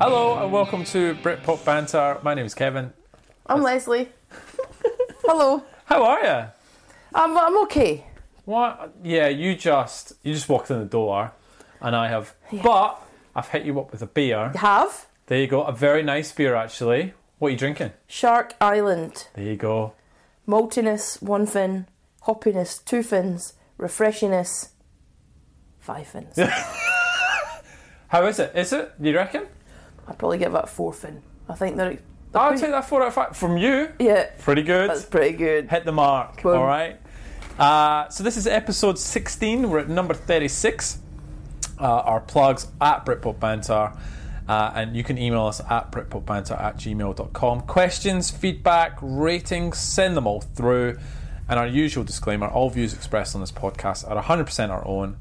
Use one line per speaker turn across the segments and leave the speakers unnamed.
Hello and welcome to Britpop Banter. My name is Kevin.
I'm Leslie. Hello.
How are you?
I'm, I'm okay.
What? Yeah, you just you just walked in the door, and I have. But I've hit you up with a beer.
Have
There you go. A very nice beer, actually. What are you drinking?
Shark Island.
There you go.
Maltiness, one fin. Hoppiness, two fins. Refreshingness, five fins.
How is it? Is it? You reckon?
I'd probably give it a four fin. I think they're.
I'll take that four out of five from you.
Yeah,
Pretty good.
that's pretty good.
hit the mark.
Boom.
All right. Uh, so this is episode 16. We're at number 36. Uh, our plugs at Britpop Banter. Uh, and you can email us at britpopbanter at gmail.com. Questions, feedback, ratings, send them all through. And our usual disclaimer all views expressed on this podcast are 100% our own.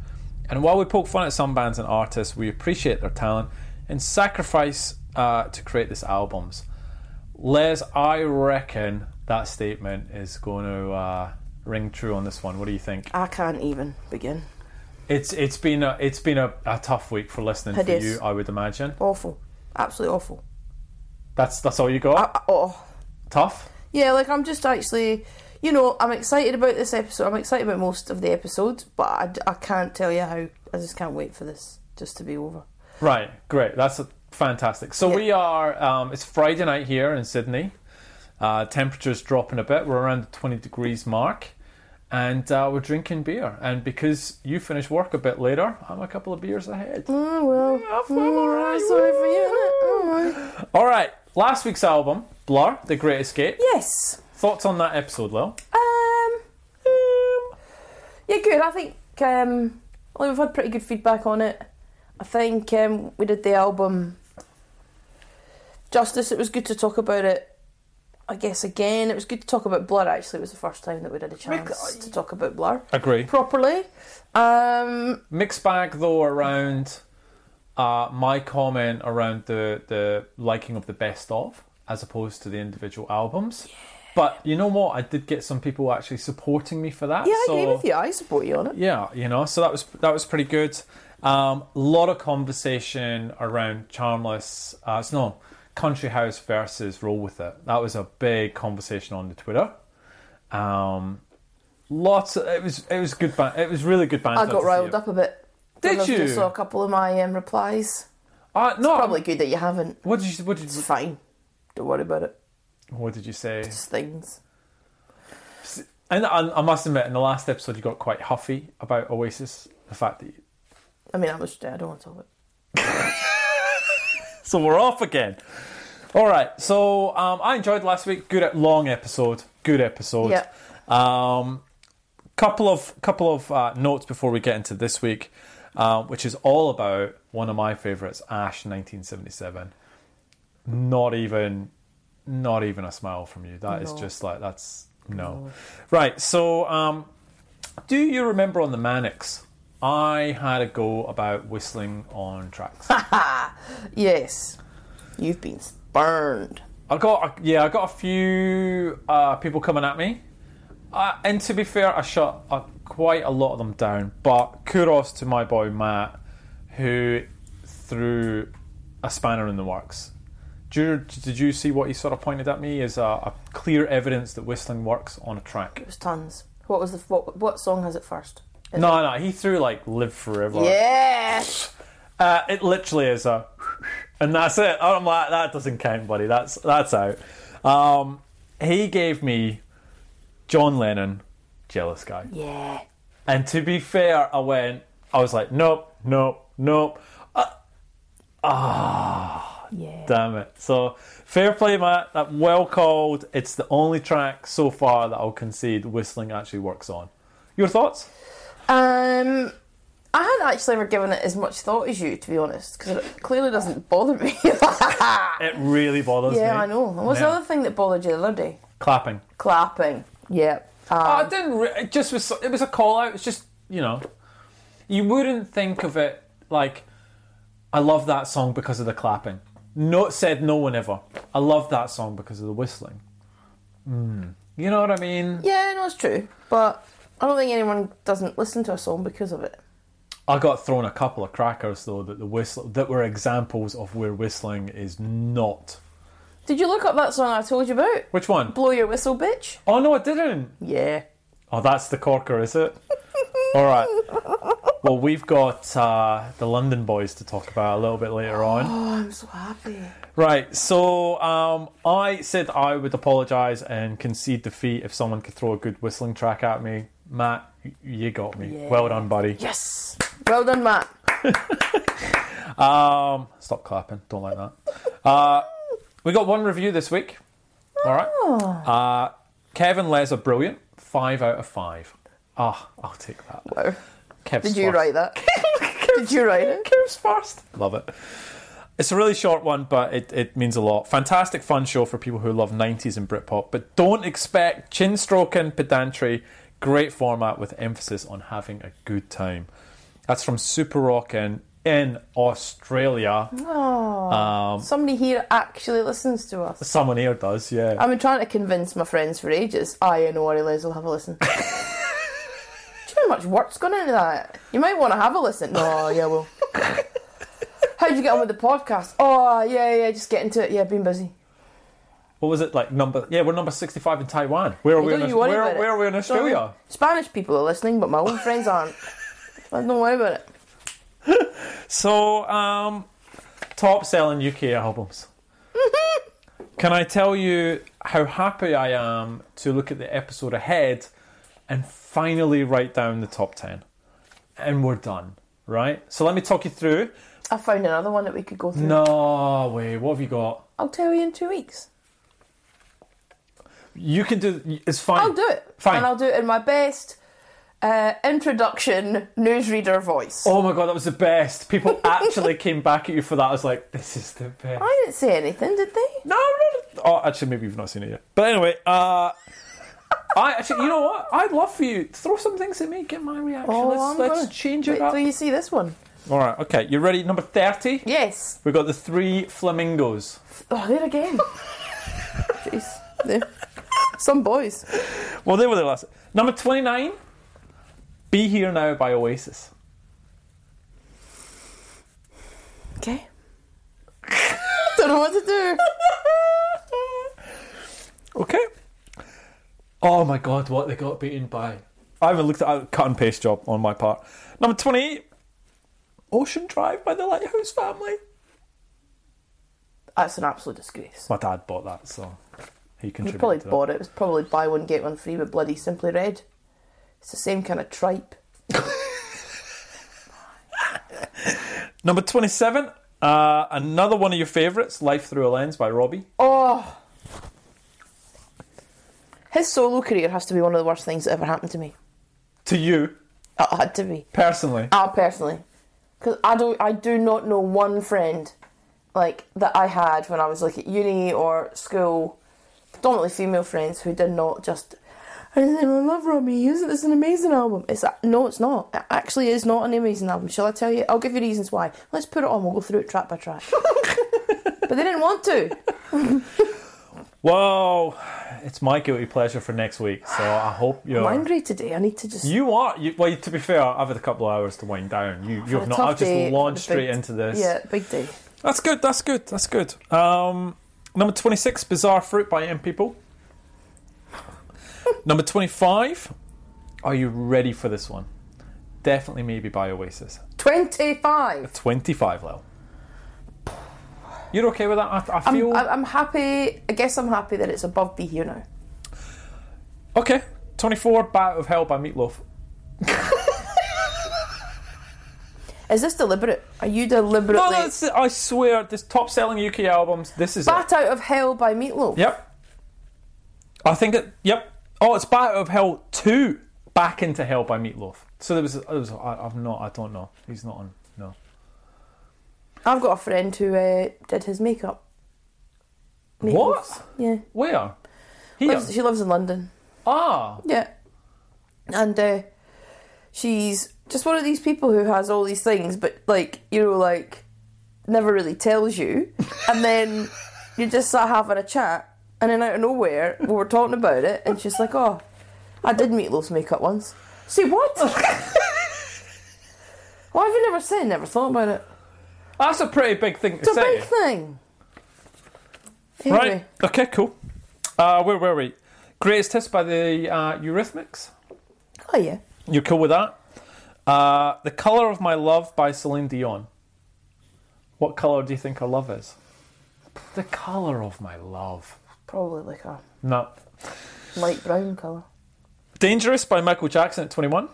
And while we poke fun at some bands and artists, we appreciate their talent and sacrifice uh, to create these albums. Les, I reckon that statement is going to uh, ring true on this one. What do you think?
I can't even begin.
It's it's been a it's been a, a tough week for listening
It
for
is.
you, I would imagine.
Awful. Absolutely awful.
That's that's all you got.
I, oh.
tough.
Yeah, like I'm just actually, you know, I'm excited about this episode. I'm excited about most of the episodes, but I, d- I can't tell you how. I just can't wait for this just to be over.
Right, great. That's fantastic. So
Yeah.
we are. Um, it's Friday night here in Sydney. Uh, temperatures dropping a bit. We're around the twenty degrees mark, and uh, we're drinking beer. And because you finish work a bit later, I'm a couple of beers ahead.
Oh, well.
Yeah, I'm alright.
Mm, Sorry for you. Oh innit? Alright.
All right, last week's album, Blur, The Great Escape.
Yes.
Thoughts on that episode, Lil?
Um, um, yeah, good. I think um, well, we've had pretty good feedback on it. I think um, we did the album justice. It was good to talk about it. I guess again, it was good to talk about Blur. Actually, it was the first time that we had a chance
Because-
to talk about Blur
Agree.
properly. Um,
Mixed bag though around uh, my comment around the the liking of the best of as opposed to the individual albums. But you know what? I did get some people actually supporting me for that.
yeah, I
so,
agree with you. I support you on it.
Yeah, you know, so that was that was pretty good. A um, lot of conversation around Charmless. Uh, it's no Country House versus Roll with It. That was a big conversation on the Twitter. Um, lots. Of, it was it was good. Ban- it was really good banter.
I got riled up a bit.
Did
Don't know if
you?
you saw a couple of my um, replies?
Uh, no,
Probably good that you haven't.
What did you what did
It's fine. Don't worry about it.
what did you say?
Just things.
And I, I must admit, in the last episode, you got quite huffy about Oasis. The fact that you,
I mean, I was. I don't want to talk about. it.
so we're off again. All right. So um, I enjoyed last week. Good long episode. Good episode.
Yeah.
Um, couple of couple of uh, notes before we get into this week, um, which is all about one of my favorites, Ash, nineteen seventy seven. Not even, not even a smile from you. That is
No.
just like that's no. Right. So, um, do you remember on the Manics? I had a go about whistling on tracks.
Yes, you've been spurned.
I got yeah, I got a few uh, people coming at me, uh, and to be fair, I shut uh, quite a lot of them down. But kudos to my boy Matt, who threw a spanner in the works. Did you, did you see what he sort of pointed at me as a, a clear evidence that whistling works on a track?
It was tons. What was the what? What song has it first? Is
No, no, he threw like "Live Forever."
it- Yes.
Uh, it literally is a, and that's it. I'm like, that doesn't count, buddy. That's that's out. Um, he gave me John Lennon, jealous guy.
Yeah.
And to be fair, I went. I was like, nope, nope, nope. Uh, ah,
Yeah.
Damn it. So fair play, Matt. That well called. It's the only track so far that I'll concede whistling actually works on. Your thoughts?
Um, I hadn't actually ever given it as much thought as you, to be honest, because it clearly doesn't bother me. yeah,
It really bothers me.
I know. And what's
Yeah.
the other thing that bothered you the other day?
Clapping.
Clapping. Yeah.
Oh,
Um,
it didn't. Re- it just was. It was a call out. It's just you know, you wouldn't think of it like, I love that song because of the clapping. No, said no one ever. I love that song because of the whistling. Mm. You know what I mean?
yeah, no, it's true, but I don't think anyone doesn't listen to a song because of it.
I got thrown a couple of crackers though that the whistle that were examples of where whistling is not.
Did you look up that song I told you about?
Which one?
Blow your whistle, bitch.
Oh no, I didn't.
Yeah.
Oh, that's the corker, is it? All right. Well, we've got uh, the London Boys to talk about a little bit later on.
Oh, I'm so happy.
Right, so um, I said I would apologise and concede defeat if someone could throw a good whistling track at me. Matt, y- you got me.
Yeah.
Well done, buddy.
Yes. Well done, Matt.
Um, stop clapping. Don't like that. Uh, we got one review this week. All right.
Oh.
Uh, Kevin Leza, brilliant. Five out of five. Ah, I'll take that.
Wow.
Kev's
Did you
first.
write that? Did you write it?
Kev's first. Love it. It's a really short one, but it, it means a lot. Fantastic fun show for people who love 90s and Britpop, but don't expect chin stroking pedantry. Great format with emphasis on having a good time. That's from Super Rockin' in Australia.
Oh. Somebody here actually listens to us.
Someone here does, yeah.
I've been trying to convince my friends for ages. I and Ori Les will have a listen. Do you know how much work's gone into that? You might want to have a listen. No, Oh, yeah, well. How'd you get on with the podcast? Oh, yeah, yeah, just get into it. Yeah, been busy.
what was it like? Number yeah, we're number sixty-five in Taiwan. Where are we?
don't
In,
you
where,
worry about it.
where are we in Australia?
Spanish people are listening, but my own friends aren't. I don't worry about it.
So, um, top selling UK albums.
Mm-hmm.
Can I tell you how happy I am to look at the episode ahead and finally write down the top 10? And we're done, right? So let me talk you through.
I found another one that we could go through.
No, way. what have you got?
I'll tell you in two weeks.
You can do it's fine.
I'll do it.
Fine.
And I'll do it in my best uh, introduction newsreader voice.
Oh my god, that was the best. People actually came back at you for that. I was like, this is the best.
I didn't say anything, did they?
No, no, no. Oh, actually, maybe you've not seen it yet. But anyway, uh, I actually, you know what? I'd love for you to throw some things at me, get my reaction.
Oh,
let's
I'm
let's
gonna
change
Wait
it up.
till you see this one.
All right, okay. You ready? Number thirty.
Yes.
We got the three flamingos.
Oh, there again. Jeez. They- Some boys.
Well, they were the last. Number twenty-nine. Be here now by Oasis.
Okay. Don't know what to do.
Okay. Oh my god, what they got beaten by! I haven't looked at a cut and paste job on my part. Number twenty-eight. Ocean Drive by the Lighthouse Family.
That's an absolute disgrace.
My dad bought that, so he
He
contributed.
probably
to that.
bought it. It was probably buy one, get one free with bloody Simply Red. It's the same kind of tripe.
Number twenty-seven, uh, another one of your favourites, "Life Through a Lens" by Robbie.
Oh. His solo career has to be one of the worst things that ever happened to me.
To you
It had to be.
personally,
I personally, because I don't, I do not know one friend like that I had when I was like at uni or school, predominantly female friends who did not just. I love Robbie. Isn't this an amazing album? It's a- no, it's not. It actually is not an amazing album. Shall I tell you? I'll give you reasons why. Let's put it on. We'll go through it track by track. but they didn't want to.
whoa, it's my guilty pleasure for next week. So I hope you're.
I'm angry today. I need to just.
You are. You, well, to be fair, I've had a couple of hours to wind down. You, you
a
have not.
tough
I've
day,
just launched
a big-
straight into this.
yeah, big day.
That's good. That's good. That's good. Um, number 26, Bizarre Fruit by M People. number 25, are you ready for this one? Definitely Maybe by Oasis.
Twenty-five.
25, Lil. You're okay with that? I, I
I'm,
feel.
I'm I'm happy. I guess I'm happy that it's above Be Here Now.
okay. 24, Bat of Hell by Meatloaf.
Is this deliberate? Are you deliberately
No, Oh, that's it. I swear, this top selling UK albums, this is it.
Bat Out of Hell by Meatloaf?
Yep. I think it. Yep. Oh, it's Bat of Hell two, Back into Hell by Meatloaf. So there was. There was I, I'm not. I don't know. He's not on. No.
I've got a friend who uh, did his makeup.
What?
Yeah.
Where? Here.
Lives, she lives in London.
ah.
Yeah. And uh, she's just one of these people who has all these things, but like, you know, like, never really tells you. And then you just start having a chat, and then out of nowhere, we were talking about it, and she's like, oh, I did Meatloaf's makeup once. See what? Why have you never said? Never thought about it.
That's a pretty big thing to
It's a
say.
big thing.
Right.
Anyway,
Okay, cool. Uh, where were we? Greatest hits by the uh, Eurythmics.
Oh yeah.
You're cool with that? Uh, the Colour of My Love by Celine Dion. What colour do you think her love is? The colour of my love.
Probably like a
No.
light brown colour.
Dangerous by Michael Jackson at 21.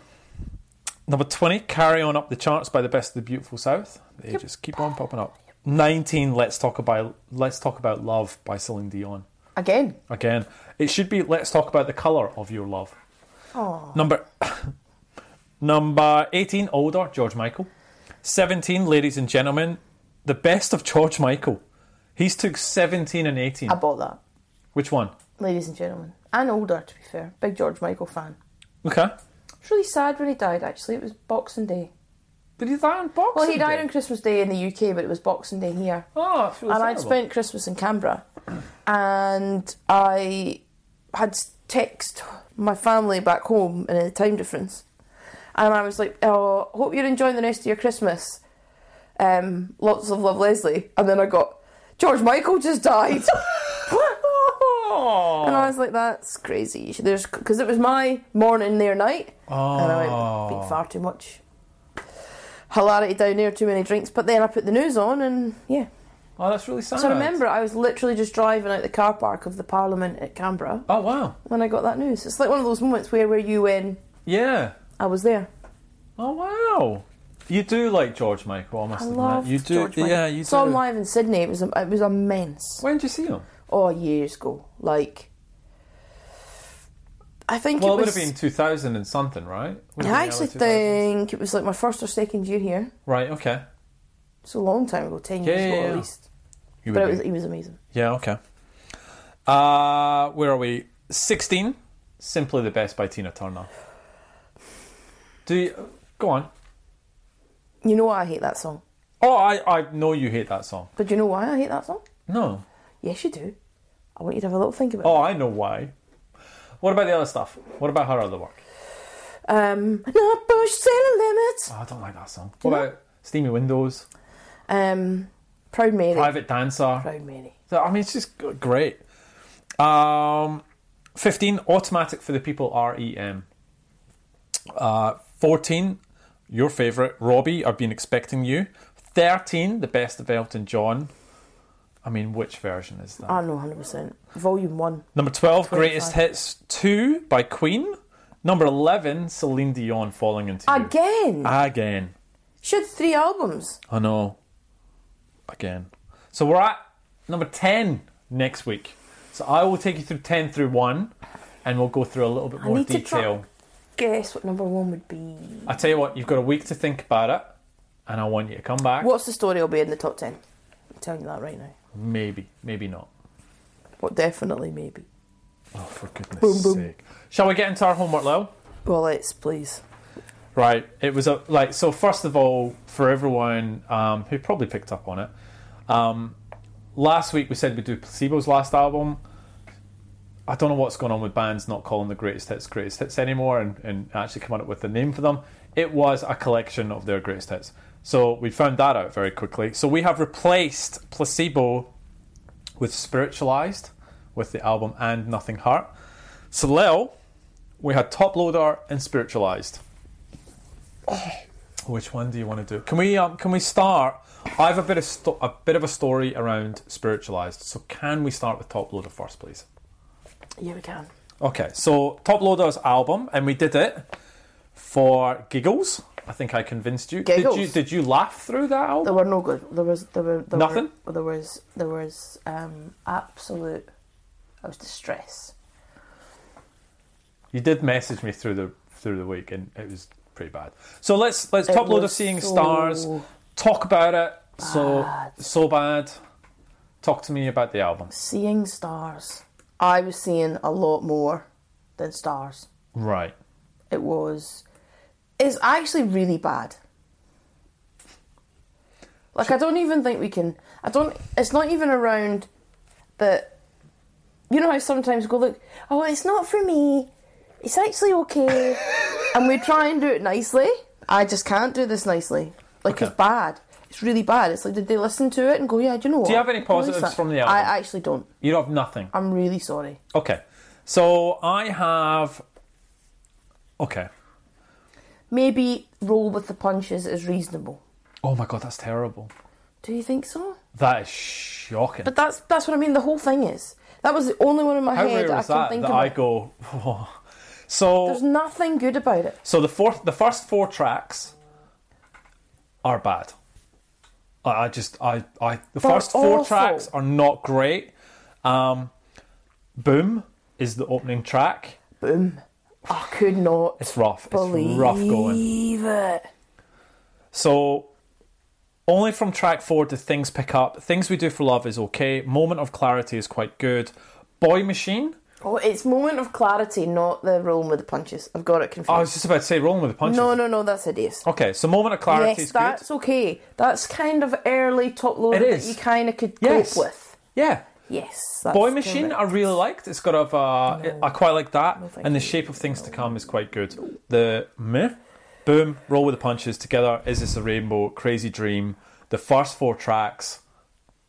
Number 20, Carry On Up the Charts by the Best of the Beautiful South. They just keep on popping up. 19, Let's Talk About Let's Talk About Love by Celine Dion.
Again.
Again, it should be Let's Talk About the Colour of Your Love.
Oh.
Number Number 18, Older, George Michael. 17, Ladies and Gentlemen, The Best of George Michael. He's took 17 and 18.
I bought that,
Which one?
ladies and gentlemen, and older to be fair. Big George Michael fan.
Okay.
It's really sad when he died. Actually, it was Boxing Day.
Did he die on Boxing
Well, he died
Day?
on Christmas Day in the UK, but it was Boxing Day here.
Oh, I feel
and I'd
terrible.
spent Christmas in Canberra, and I had text my family back home in a time difference, and I was like, "Oh, hope you're enjoying the rest of your Christmas." Um, lots of love, Leslie, and then I got George Michael just died,
Oh.
and I was like, "That's crazy." There's because it was my morning, their night, and I
Oh.
went, "Been far too much." Hilarity down there, too many drinks. But then I put the news on, and yeah,
Oh, that's really sad.
So remember, I was literally just driving out the car park of the Parliament at Canberra
Oh wow.
when I got that news. It's like one of those moments where were you when
Yeah.
I was there?
Oh wow. You do like George Michael, I must
I
admit.
love
you do.
George Michael.
Yeah, you do.
Saw him live in Sydney. It was it was immense.
when did you see him?
Oh, years ago, like I think
Well, it,
it
would
was.
have been 2000 and something, right? Would have
I
been early
actually
2000s.
think it was like my first or second year here.
Right. Okay.
It's a long time ago, ten
Yeah,
years ago
yeah, yeah.
at least.
You
But
would
it was,
be.
he was amazing.
Yeah. Okay. Uh, where are we? 16. Simply the best by Tina Turner. Do you, go on.
You know why I hate that song,
Oh, I, I know you hate that song.
but do you know why I hate that song?
No.
Yes, you do. I want you to have a little think about it.
Oh, I know why. What about the other stuff? What about her other work?
Um, not push to the limit.
Oh, I don't like that song. What about Steamy Windows,
Um, Proud Mary.
Private Dancer?
Proud Mary.
So, I mean, it's just g- great. Um, 15, Automatic for the People, REM. Uh, 14, your favourite, Robbie, I've Been Expecting You. 13, The Best of Elton John. I mean, which version is that?
I know, hundred percent. Volume one.
Number 12, Greatest
25.
Hits 2 by Queen. Number 11, Celine Dion, Falling Into You.
Again,
Ah. Again.
she had three albums.
I know. Again. So we're at number 10 next week. So I will take you through 10 through 1 and we'll go through a little bit more
need to try-
detail.
Guess what number one would be?
I tell you what, you've got a week to think about it and I want you to come back.
What's the story? Will be in the top ten. I'm telling you that right now.
Maybe, maybe not.
Well, definitely, maybe.
Oh, for goodness
Boom, boom.
sake. Shall we get into our homework, Lil?
Well, let's please.
Right. It was a like so. First of all, for everyone um, who probably picked up on it, um, last week we said we do Placebo's last album. I don't know what's going on with bands not calling the greatest hits greatest hits anymore, and, and actually coming up with a name for them. It was a collection of their greatest hits. So we found that out very quickly. So we have replaced Placebo with Spiritualized, with the album and Nothing Heart. So Lil, we had Top Loader and Spiritualized. Which one do you want to do? Can we um, can we start? I have a bit of sto- a bit of a story around spiritualized. So can we start with Top Loader first, please?
Yeah, we can.
Okay, so Top Loader's album, and we did it for giggles. I think I convinced you.
Giggles.
Did you did you laugh through that album?
There were no good. There was there were there
Nothing?
Were, there was there was um absolute. I was distress.
You did message me through the through the week, and it was pretty bad. So let's let's
It
Top Loader
was
seeing
so
stars. Talk about it. So
bad.
so bad. Talk to me about the album.
Seeing stars. I was seeing a lot more than stars.
Right.
It was. It's actually really bad. Like I don't even think we can. I don't. It's not even around that. You know how sometimes go look. Oh, it's not for me. It's actually okay, and we try and do it nicely. I just can't do this nicely. Like
Okay.
it's bad. It's really bad. It's like did they listen to it and go, yeah, do you know what?
you have any
I like
positives
that."
from the album?
I actually don't.
You don't have nothing.
I'm really sorry.
Okay. So I have. Okay.
Maybe roll with the punches is reasonable.
Oh my god, that's terrible.
Do you think so?
That is shocking.
But that's that's what I mean. The whole thing is that was the only one in my
How
head
rare
I
is
can
that
think
that
of.
I
it.
go? So
There's nothing good about it.
So the fourth, the first four tracks are bad. I, I just, I, I, the
They're
first four
awful.
tracks are not great. Um, Boom is the opening track.
Boom. I could not
It's rough.
believe
it's rough going.
it.
So only from track four do things pick up. Things we do for love is okay. Moment of clarity is quite good. Boy Machine.
Oh, it's moment of clarity, not the rolling with the punches. I've got it confused.
Oh, I was just about to say rolling with the punches.
no, no, no, that's hideous.
Okay, so moment of clarity
yes,
is good.
that's okay. That's kind of early top loader
It
that
is.
you kind of could
Yes.
cope with.
Yeah.
Yes. That's
Boy Machine,
correct.
I really liked. It's got of uh, I quite like that,
thank
and the
you.
shape of things to come is quite good. The meh, boom, roll with the punches together. Is this a rainbow? Crazy dream. The first four tracks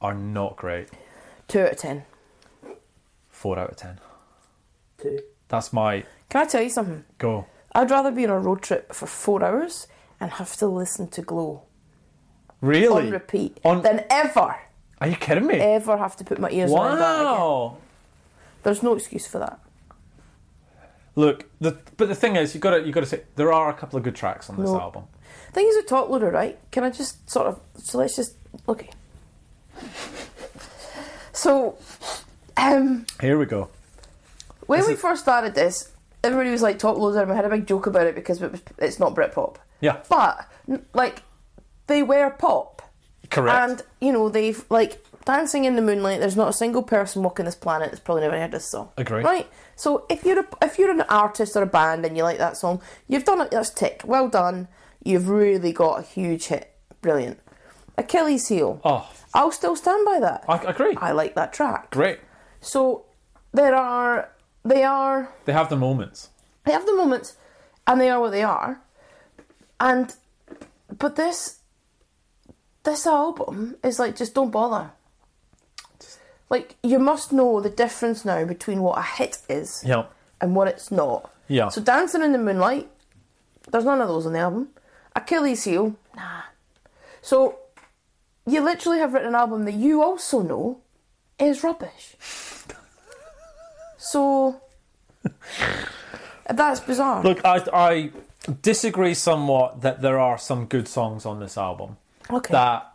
are not great.
Two out of ten.
Four out of ten.
Two.
That's my
Can I tell you something?
go.
I'd rather be on a road trip for four hours and have to listen to Glow
Really?
on repeat
On-
than ever,
Are you kidding me?
ever have to put my ears on that again.
wow.
There's no excuse for that.
Look, the but the thing is, you got to you got to say there are a couple of good tracks on this
No.
album.
Thing is, a top loader, right? Can I just sort of so let's just okay. So, um,
Here we go.
when
This
we
is-
first started this, everybody was like top loader, and we had a big joke about it because it was, it's not Britpop,
Yeah,
but n- like they were pop,
correct.
and you know they've like dancing in the moonlight. There's not a single person walking this planet that's probably never heard this song.
Agree.
Right. So if you're a, if you're an artist or a band and you like that song, you've done it. That's tick. Well done. You've really got a huge hit. Brilliant. Achilles heel.
oh,
I'll still stand by that.
I, I agree.
I like that track.
Great.
So there are they are
They have the moments.
they have the moments and they are what they are and but this this album is like just don't bother like you must know the difference now between what a hit is
Yeah.
and what it's not
Yeah.
so dancing in the moonlight there's none of those on the album achilles heel nah so you literally have written an album that you also know is rubbish so that's bizarre
Look, I, I disagree somewhat that there are some good songs on this album.
Okay.
That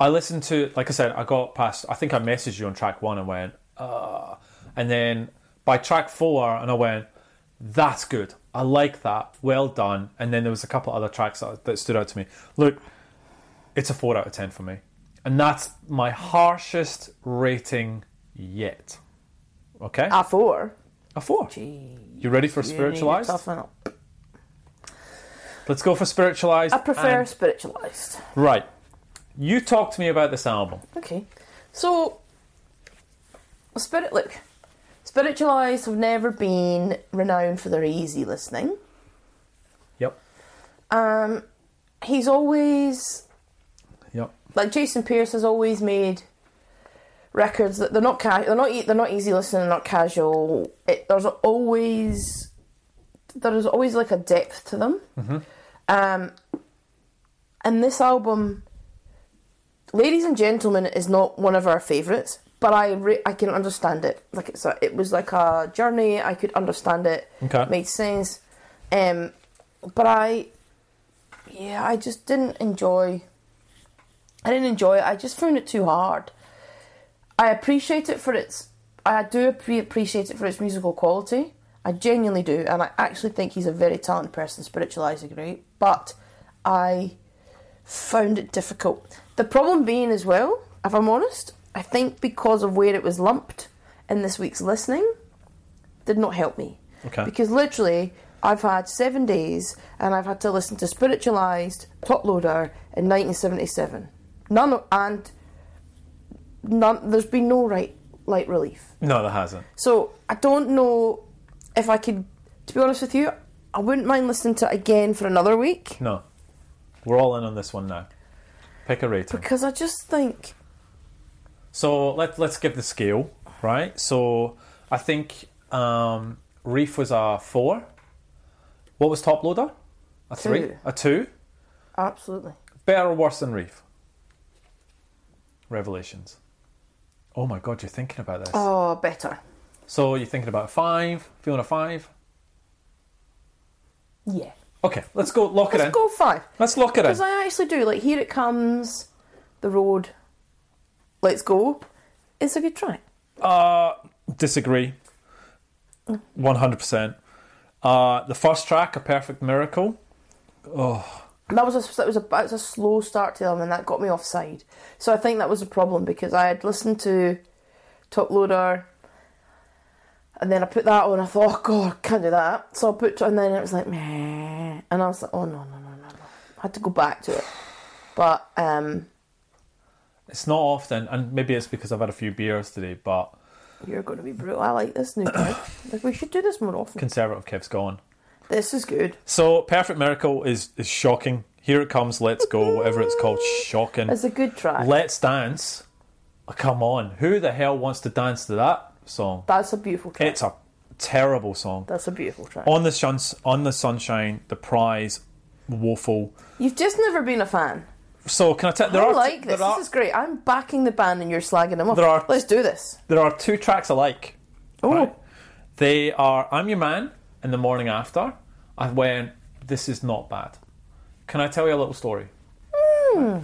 I listened to, like I said, I got past, I think I messaged you on track one and went, uh, and then by track four, and I went, that's good. I like that. Well done. And then there was a couple other tracks that, that stood out to me. Look, it's a four out of 10 for me. And that's my harshest rating yet. Okay?
I four.
a four. You ready for spiritualized?
Toughen up.
Let's go for spiritualized.
I prefer
and-
spiritualized.
Right. You talk to me about this album.
Okay. So, spirit look. Spiritualized have never been renowned for their easy listening.
Yep.
Um, he's always
Yep.
like Jason Pierce has always made records that they're not ca- they're not e- they're not easy listening, they're not casual. It, there's always there is always like a depth to them. Um, and this album, ladies and gentlemen, is not one of our favourites, but I re- I can understand it. Like it's a, it was like a journey. I could understand it.
Okay.
Made sense. Um, but I, yeah, I just didn't enjoy. I didn't enjoy it. I just found it too hard. I appreciate it for its. I do appre- appreciate it for its musical quality. I genuinely do, and I actually think he's a very talented person. Spiritualized is great, but I found it difficult. The problem being as well, if I'm honest, I think because of where it was lumped in this week's listening, did not help me.
Okay.
Because literally, I've had seven days, and I've had to listen to Spiritualized, Top Loader, in 1977. None o- and none. There's been no right light relief.
No, that hasn't.
So I don't know if I could. To be honest with you, I wouldn't mind listening to it again for another week
No. We're all in on this one now. Pick a rating.
Because I just think
So let let's give the scale, right? So I think um, Reef was a four. What was Top Loader? A three,
Two.
a two.
absolutely.
Better or worse than Reef? Revelations. Oh my god, you're thinking about this.
Oh, better.
So you're thinking about a five, feeling a five.
Yeah.
Okay, let's go lock it
Let's
in.
go five.
Let's lock it in.
Because I actually do like here it comes, the road. Let's go. It's a good track.
Uh, disagree. One hundred percent. Uh, the first track, a perfect miracle.
That was a that was a that was a slow start to them, and that got me offside. So I think that was a problem because I had listened to Top Loader, and then I put that on. I thought, oh god, can't do that. So I put and then it was like meh, and I was like, oh no no no no no. I had to go back to it, but um,
It's not often, and maybe it's because I've had a few beers today, but
you're going to be brutal. I like this new card. like we should do this more often.
conservative Kev's gone.
This is good.
So, Perfect Miracle is, is shocking. Here it comes, let's go, whatever it's called, shocking.
It's a good track.
Let's dance. Oh, come on, who the hell wants to dance to that song?
That's a beautiful track.
It's a terrible song.
That's a beautiful track.
On the, shuns, on the Sunshine, The Prize, Woeful.
You've just never been a fan.
So, can I tell there
I
are,
like this.
there are
This is great. I'm backing the band and you're slagging them off.
There are-
Let's do this.
there are two tracks alike.
Oh,
Right. They are I'm Your Man and The Morning After. I went, this is not bad. Can I tell you a little story?
Hmm.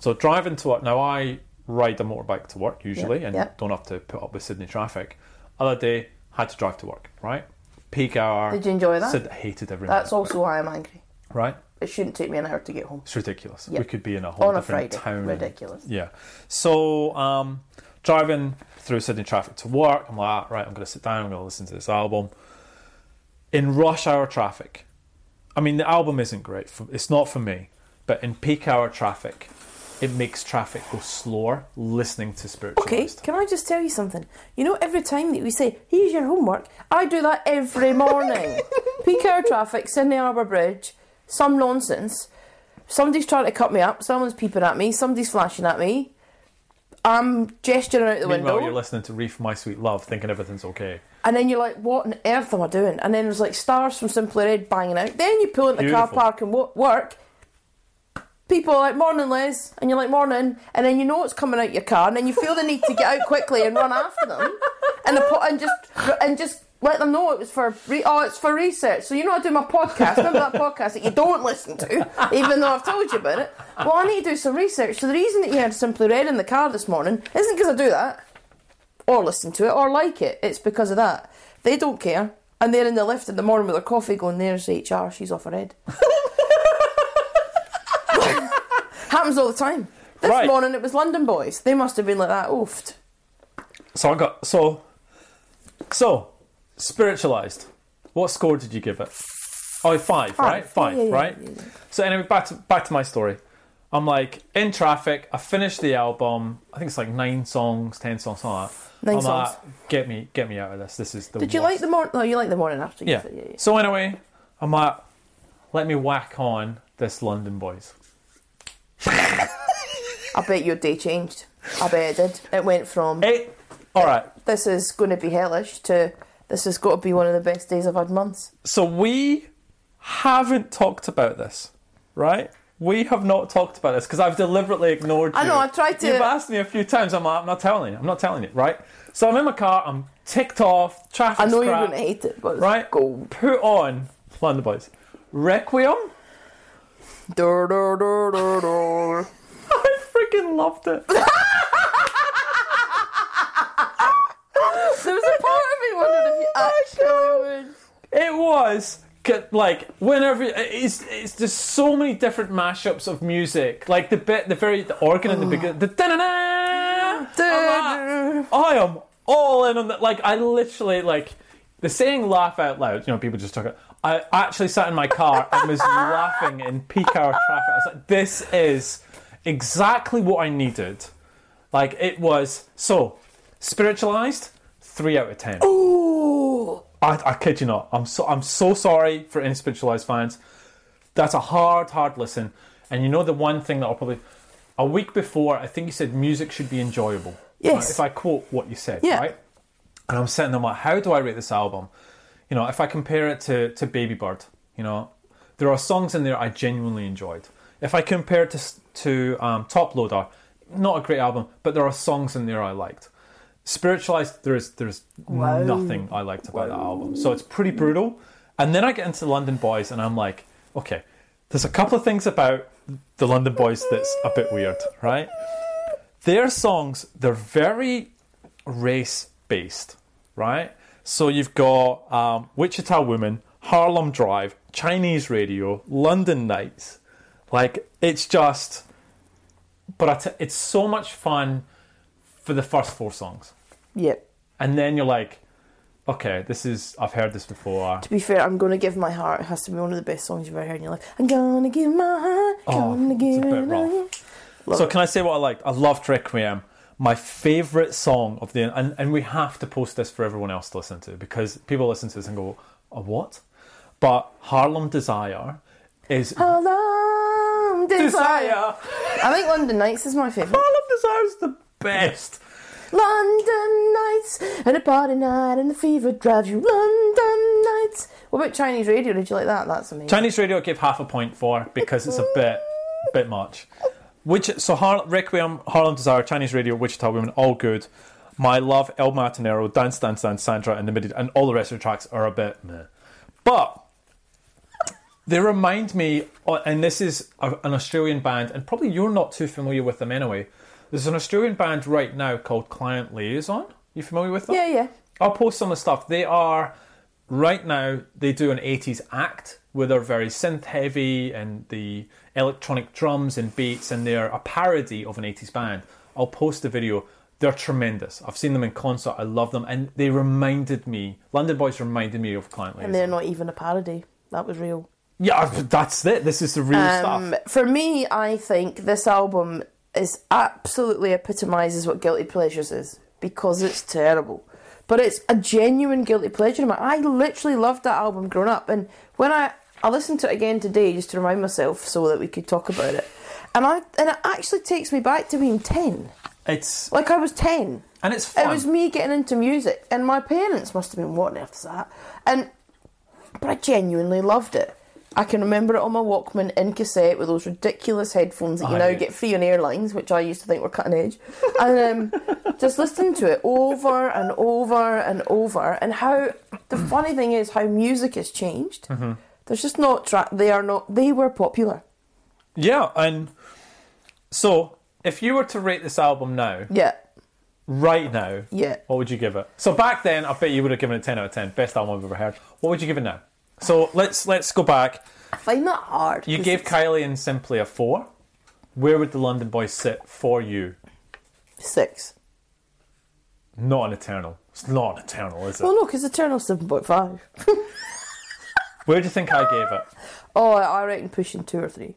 So, driving to work, now I ride a motorbike to work usually
Yeah,
and
yeah.
don't have to put up with Sydney traffic. Other day, had to drive to work, right? Peak hour.
Did you enjoy that?
Sid hated every
that's
minute
also why I'm angry.
of it, right?
It shouldn't take me an hour to get home.
It's ridiculous.
Yeah.
We could be in a whole
On a
different
Friday.
town. and-
Ridiculous.
yeah. So um, driving through Sydney traffic to work, I'm like, "Ah, right, I'm going to sit down. I'm going to listen to this album. In rush hour traffic, I mean, the album isn't great. For, it's not for me. But in peak hour traffic, it makes traffic go slower. Listening to
Okay,
spiritualized.
can I just tell you something? You know, every time that we say, here's your homework, I do that every morning. Peak hour traffic, Sydney Harbour Bridge, some nonsense. Somebody's trying to cut me up, someone's peeping at me, somebody's flashing at me. I'm gesturing out the
Meanwhile,
window.
you're listening to "Reef My Sweet Love," thinking everything's okay.
And then you're like, what on earth am I doing? And then there's like stars from Simply Red banging out. Then you pull into the car
Beautiful.
park and wo- work. People are like, morning, Liz. And you're like, morning. And then you know it's coming out your car. And then you feel the need to get out quickly and run after them. And, the po- and just and just let them know it was for re- oh it's for research. So you know I do my podcast. Remember that podcast that you don't listen to, even though I've told you about it. Well, I need to do some research. So the reason that you had Simply Red in the car this morning isn't because I do that or listen to it or like it. It's because of that. They don't care. And they're in the lift in the morning with their coffee going, there's HR, she's off her head. Happens all the time. This
Right.
morning it was London Boys. They must have been like that, oofed.
So I got so so spiritualized. What score did you give it? Oh, five, right? Five,
Yeah, yeah,
right?
yeah, yeah.
So anyway, back to back to my story. I'm like in traffic. I finished the album. I think it's like nine songs, ten songs, something like that.
Nine
I'm like,
songs.
get me, get me out of this. This is the.
Did you
worst."
like the morning? No, you like the morning after. you
Yeah.
said, yeah, yeah.
So anyway, I'm like, let me whack on this London Boys.
I bet your day changed. I bet it did. It went from
It. All right.
this is going to be hellish to this has got to be one of the best days I've had in months.
So we haven't talked about this, right? We have not talked about this because I've deliberately ignored you.
I know, I tried to-
You've asked me a few times. I'm like, I'm not telling you. I'm not telling you, right? So I'm in my car. I'm ticked off. Traffic.
I know you're going to hate it, but
Right?
go.
Put on London Boys. Requiem.
Dur, dur, dur, dur, dur.
I freaking loved it.
There was a part of me wondering if you actually would.
It was c- like whenever uh, it's it's just so many different mashups of music. Like the bit, the very the organ in the beginning, the da-na-na. I'm like, I am all in on that. Like I literally like the saying "laugh out loud." You know, people just talk. About, I actually sat in my car and was laughing in peak hour traffic. I was like, "This is exactly what I needed." Like it was so spiritualized. Three out of ten.
Ooh.
I, I kid you not. I'm so I'm so sorry for inspiritualized fans. That's a hard, hard listen. And you know the one thing that I'll probably a week before, I think you said music should be enjoyable.
Yes.
If I quote what you said,
Yeah.
right? And I'm sitting there like, how do I rate this album? You know, if I compare it to, to Baby Bird, you know, there are songs in there I genuinely enjoyed. If I compare it to s- to um, Top Loader, not a great album, but there are songs in there I liked. Spiritualized, there is there's
Wow.
nothing I liked about that album. So it's pretty brutal. And then I get into London Boys, and I'm like, okay, there's a couple of things about the London Boys that's a bit weird, right? Their songs, they're very race based, right? So you've got um, Wichita Woman, Harlem Drive, Chinese Radio, London Nights. Like, it's just. But I t- it's so much fun for the first four songs.
Yep.
And then you're like, okay, this is. I've heard this before.
To be fair, I'm gonna give my heart. It has to be one of the best songs you've ever heard in your life. I'm gonna give my heart.
Oh,
Gonna
it's
give
a bit
it
rough.
all.
So can I say what I liked? I loved Requiem. My favourite song of the and, and we have to post this for everyone else to listen to because people listen to this and go, a what? But Harlem Desire is
Oh, Harlem Desire.
Desire.
I think London Nights is my favourite.
Harlem Desire is the best.
London Nights and a party night and the fever drives you. London Nights. What about Chinese radio? Did you like that? That's amazing.
Chinese radio I give half a point for because it's a bit bit much. Which so Har- Requiem, Harlem Desire, Chinese Radio, Wichita Women, all good. My Love, El Matinero, Dance Dance Dance, Sandra, and the Mid and all the rest of the tracks are a bit meh. But they remind me, uh, and this is a, an Australian band, and probably you're not too familiar with them anyway. There's an Australian band right now called Client Liaison. You familiar with them?
yeah, yeah.
I'll post some of the stuff. They are right now. They do an '80s act where they're very synth heavy and the electronic drums and beats, and they're a parody of an '80s band. I'll post the video. They're tremendous. I've seen them in concert. I love them, and they reminded me. London Boys reminded me of Client
And
Liaison.
they're not even a parody. That was real.
Yeah, I've- that's it. This is the real
Um,
stuff.
for me, I think this album is absolutely epitomises what guilty pleasures is because it's terrible, but it's a genuine guilty pleasure. of mine. I literally loved that album growing up, and when I I listened to it again today just to remind myself so that we could talk about it, and I and it actually takes me back to being ten.
It's
Like I was ten.
and it's fun.
It was me getting into music, and my parents must have been what on earth's that? And but I genuinely loved it. I can remember it on my Walkman in cassette with those ridiculous headphones that you
I
now
did.
get free on airlines, which I used to think were cutting edge, and um, just listening to it over and over and over. And how the funny thing is how music has changed. There's just not track. They are not. They were popular.
yeah, and so if you were to rate this album now,
Yeah,
right now,
yeah.
What would you give it? So back then, I bet you would have given it ten out of ten. Best album I've ever heard. What would you give it now? So let's let's go back.
I find that hard.
You
'cause
gave Kylie and Simply a four. Where would the London Boys sit for you?
it's six.
Not an eternal. It's not an eternal, is it?
Well, no, because Eternal seven point five.
Where do you think I gave it?
Oh, I I reckon pushing two or three.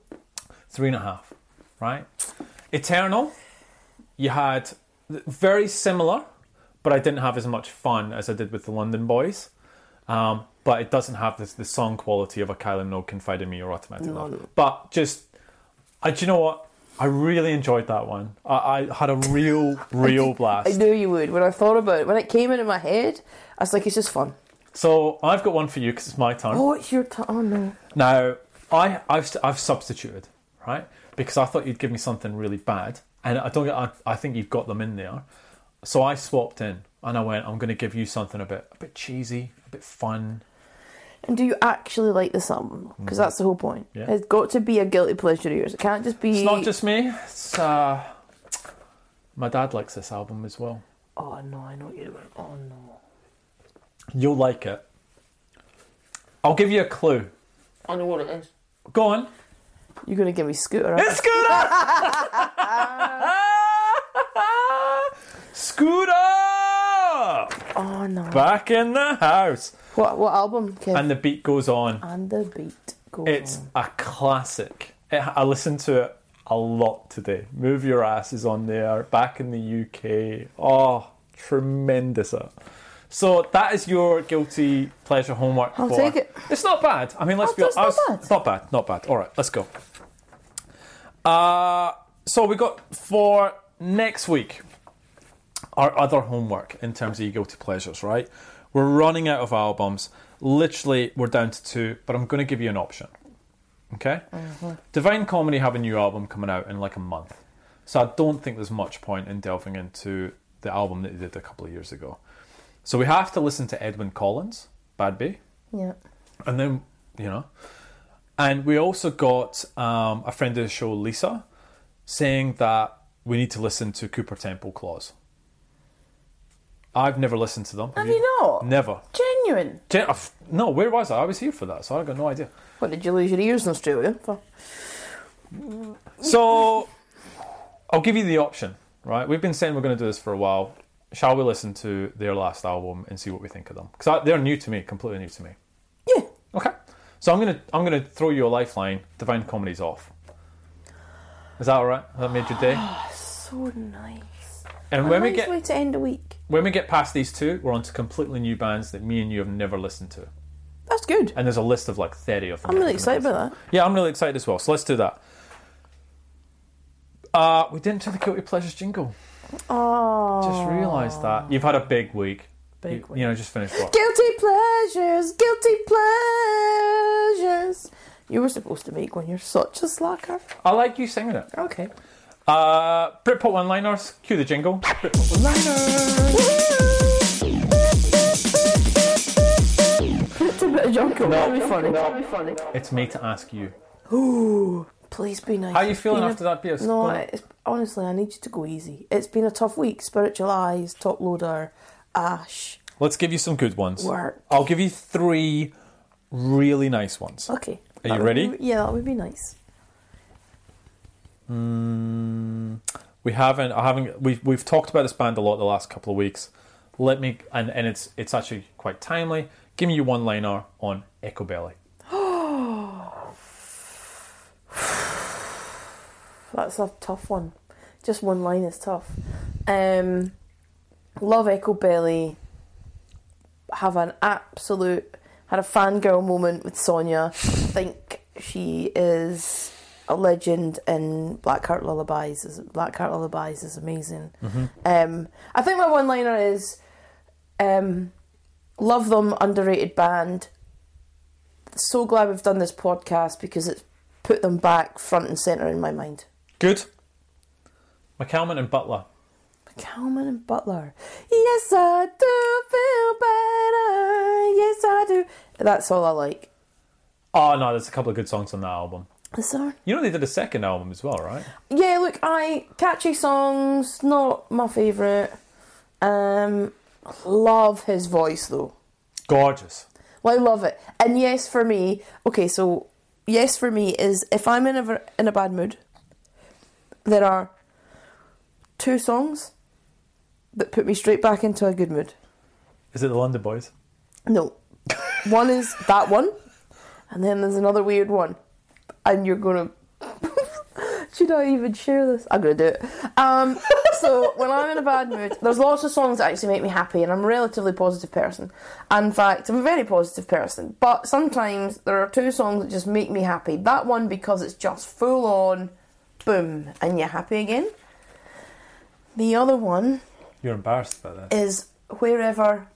Three and a half, right? Eternal. You had very similar, but I didn't have as much fun as I did with the London Boys. Um, but it doesn't have this the song quality of a Kylie Minogue confide in me or automatic love. But just, I, do you know what? I really enjoyed that one. I, I had a real, real
I
blast.
knew you would. When I thought about it, when it came into my head, I was like, it's just fun.
So I've got one for you because it's my turn.
Oh, it's your turn. Oh, no.
Now, I, I've, I've substituted, right? Because I thought you'd give me something really bad, and I don't. I, I think you've got them in there, so I swapped in, and I went. I'm going to give you something a bit, a bit cheesy, a bit fun.
And do you actually like this album? Because that's the whole point.
Mm. Yeah.
It's got to be a guilty pleasure of yours. It can't just be.
It's not just me. It's uh, my dad likes this album as well.
Oh, no, I know what you're doing. Oh, no.
You'll like it. I'll give you a clue.
I know what it is.
Go on.
You're going to give me Scooter. aren't you?
It's Scooter. Scooter.
Oh, no.
Back in the house.
What, what album, Kev? And,
and the beat goes on.
the beat goes
It's
on.
a classic. It, I listened to it a lot today. Move Your Ass is on there, back in the UK. Oh, tremendous. uh. So that is your guilty pleasure homework.
I'll
for-
take it.
It's not bad. I mean, let's
Oh,
be
it's
honest.
not
Not bad. Not bad. All right, let's go. Uh, so we got for next week our other homework in terms of your guilty pleasures, right? We're running out of albums. Literally, we're down to two, but I'm going to give you an option. Okay? Divine Comedy have a new album coming out in like a month. So I don't think there's much point in delving into the album that they did a couple of years ago. So we have to listen to Edwin Collins, Bad Bay.
Yeah.
And then, you know. And we also got um, a friend of the show, Lisa, saying that we need to listen to Cooper Temple Clause. I've never listened to them.
Have you not?
Never.
Genuine.
Gen- I've- No, where was I? I was here for that, so I got no idea.
What did you lose your ears in Australia for?
So I'll give you the option, right? We've been saying we're going to do this for a while. Shall we listen to their last album and see what we think of them? Because they're new to me, completely new to me.
Yeah.
Okay. So I'm gonna I'm gonna throw you a lifeline. Divine Comedy's off. Is that all right? Has that made your day?
So nice.
And when we
nice
get
way to end a week.
when we get past these two, we're on to completely new bands that me and you have never listened to.
That's good.
And there's a list of like thirty of them.
I'm
that
really
we're
excited
gonna
about that.
listen- Yeah, I'm really excited as well. So let's do that. Uh, we didn't do the guilty pleasures jingle.
Oh.
Just realised that you've had a big week.
Big
you,
week.
You know, just finished work.
Guilty pleasures, guilty pleasures. You were supposed to make one. You're such a slacker.
I like you singing it.
Okay.
Uh, Britpop one-liners. Cue the jingle. Britpop one-liners.
It's a bit of junk. That'll be funny. That'll be funny.
It's me to ask you.
Ooh, please be nice.
How are you feeling
Been a-
after that, Pierce? Go
No,
on.
it's, honestly, I need you to go easy. It's been a tough week. Spiritual Eyes, Top Loader, Ash.
Let's give you some good ones.
Work.
I'll give you three really nice ones.
Okay.
Are
That
you
would
ready?
be- yeah, that would be nice.
We haven't. I haven't. We've we've talked about this band a lot the last couple of weeks. Let me and and it's it's actually quite timely. Give me your one liner on Echo Belly.
That's a tough one. Just one line is tough. Um, love Echo Belly. Have an absolute had a fangirl moment with Sonia. Think she is a legend in Blackheart Lullabies. Is Blackheart Lullabies is amazing. Um, I think my one liner is, um, love them underrated band. So glad we've done this podcast because it's put them back front and center in my mind.
Good. McCalman and Butler.
Cowman and Butler. Yes, I do feel better. Yes, I do. That's all I like.
Oh no, there's a couple of good songs on that album.
Sorry.
You know they did a second album as well, right?
Yeah, look, I catchy songs, not my favourite. Um, love his voice though.
Gorgeous.
Well, I love it. And yes, for me, okay, so yes, for me is if I'm in a in a bad mood, there are two songs that put me straight back into a good mood.
Is it the London Boys?
No. one is that one, and then there's another weird one. And you're gonna. Should I even share this? I'm gonna do it. Um, so when I'm in a bad mood, there's lots of songs that actually make me happy, and I'm a relatively positive person. In fact, I'm a very positive person. But sometimes there are two songs that just make me happy. That one because it's just full on, boom, and you're happy again. The other one
You're embarrassed by that.
is Wherever,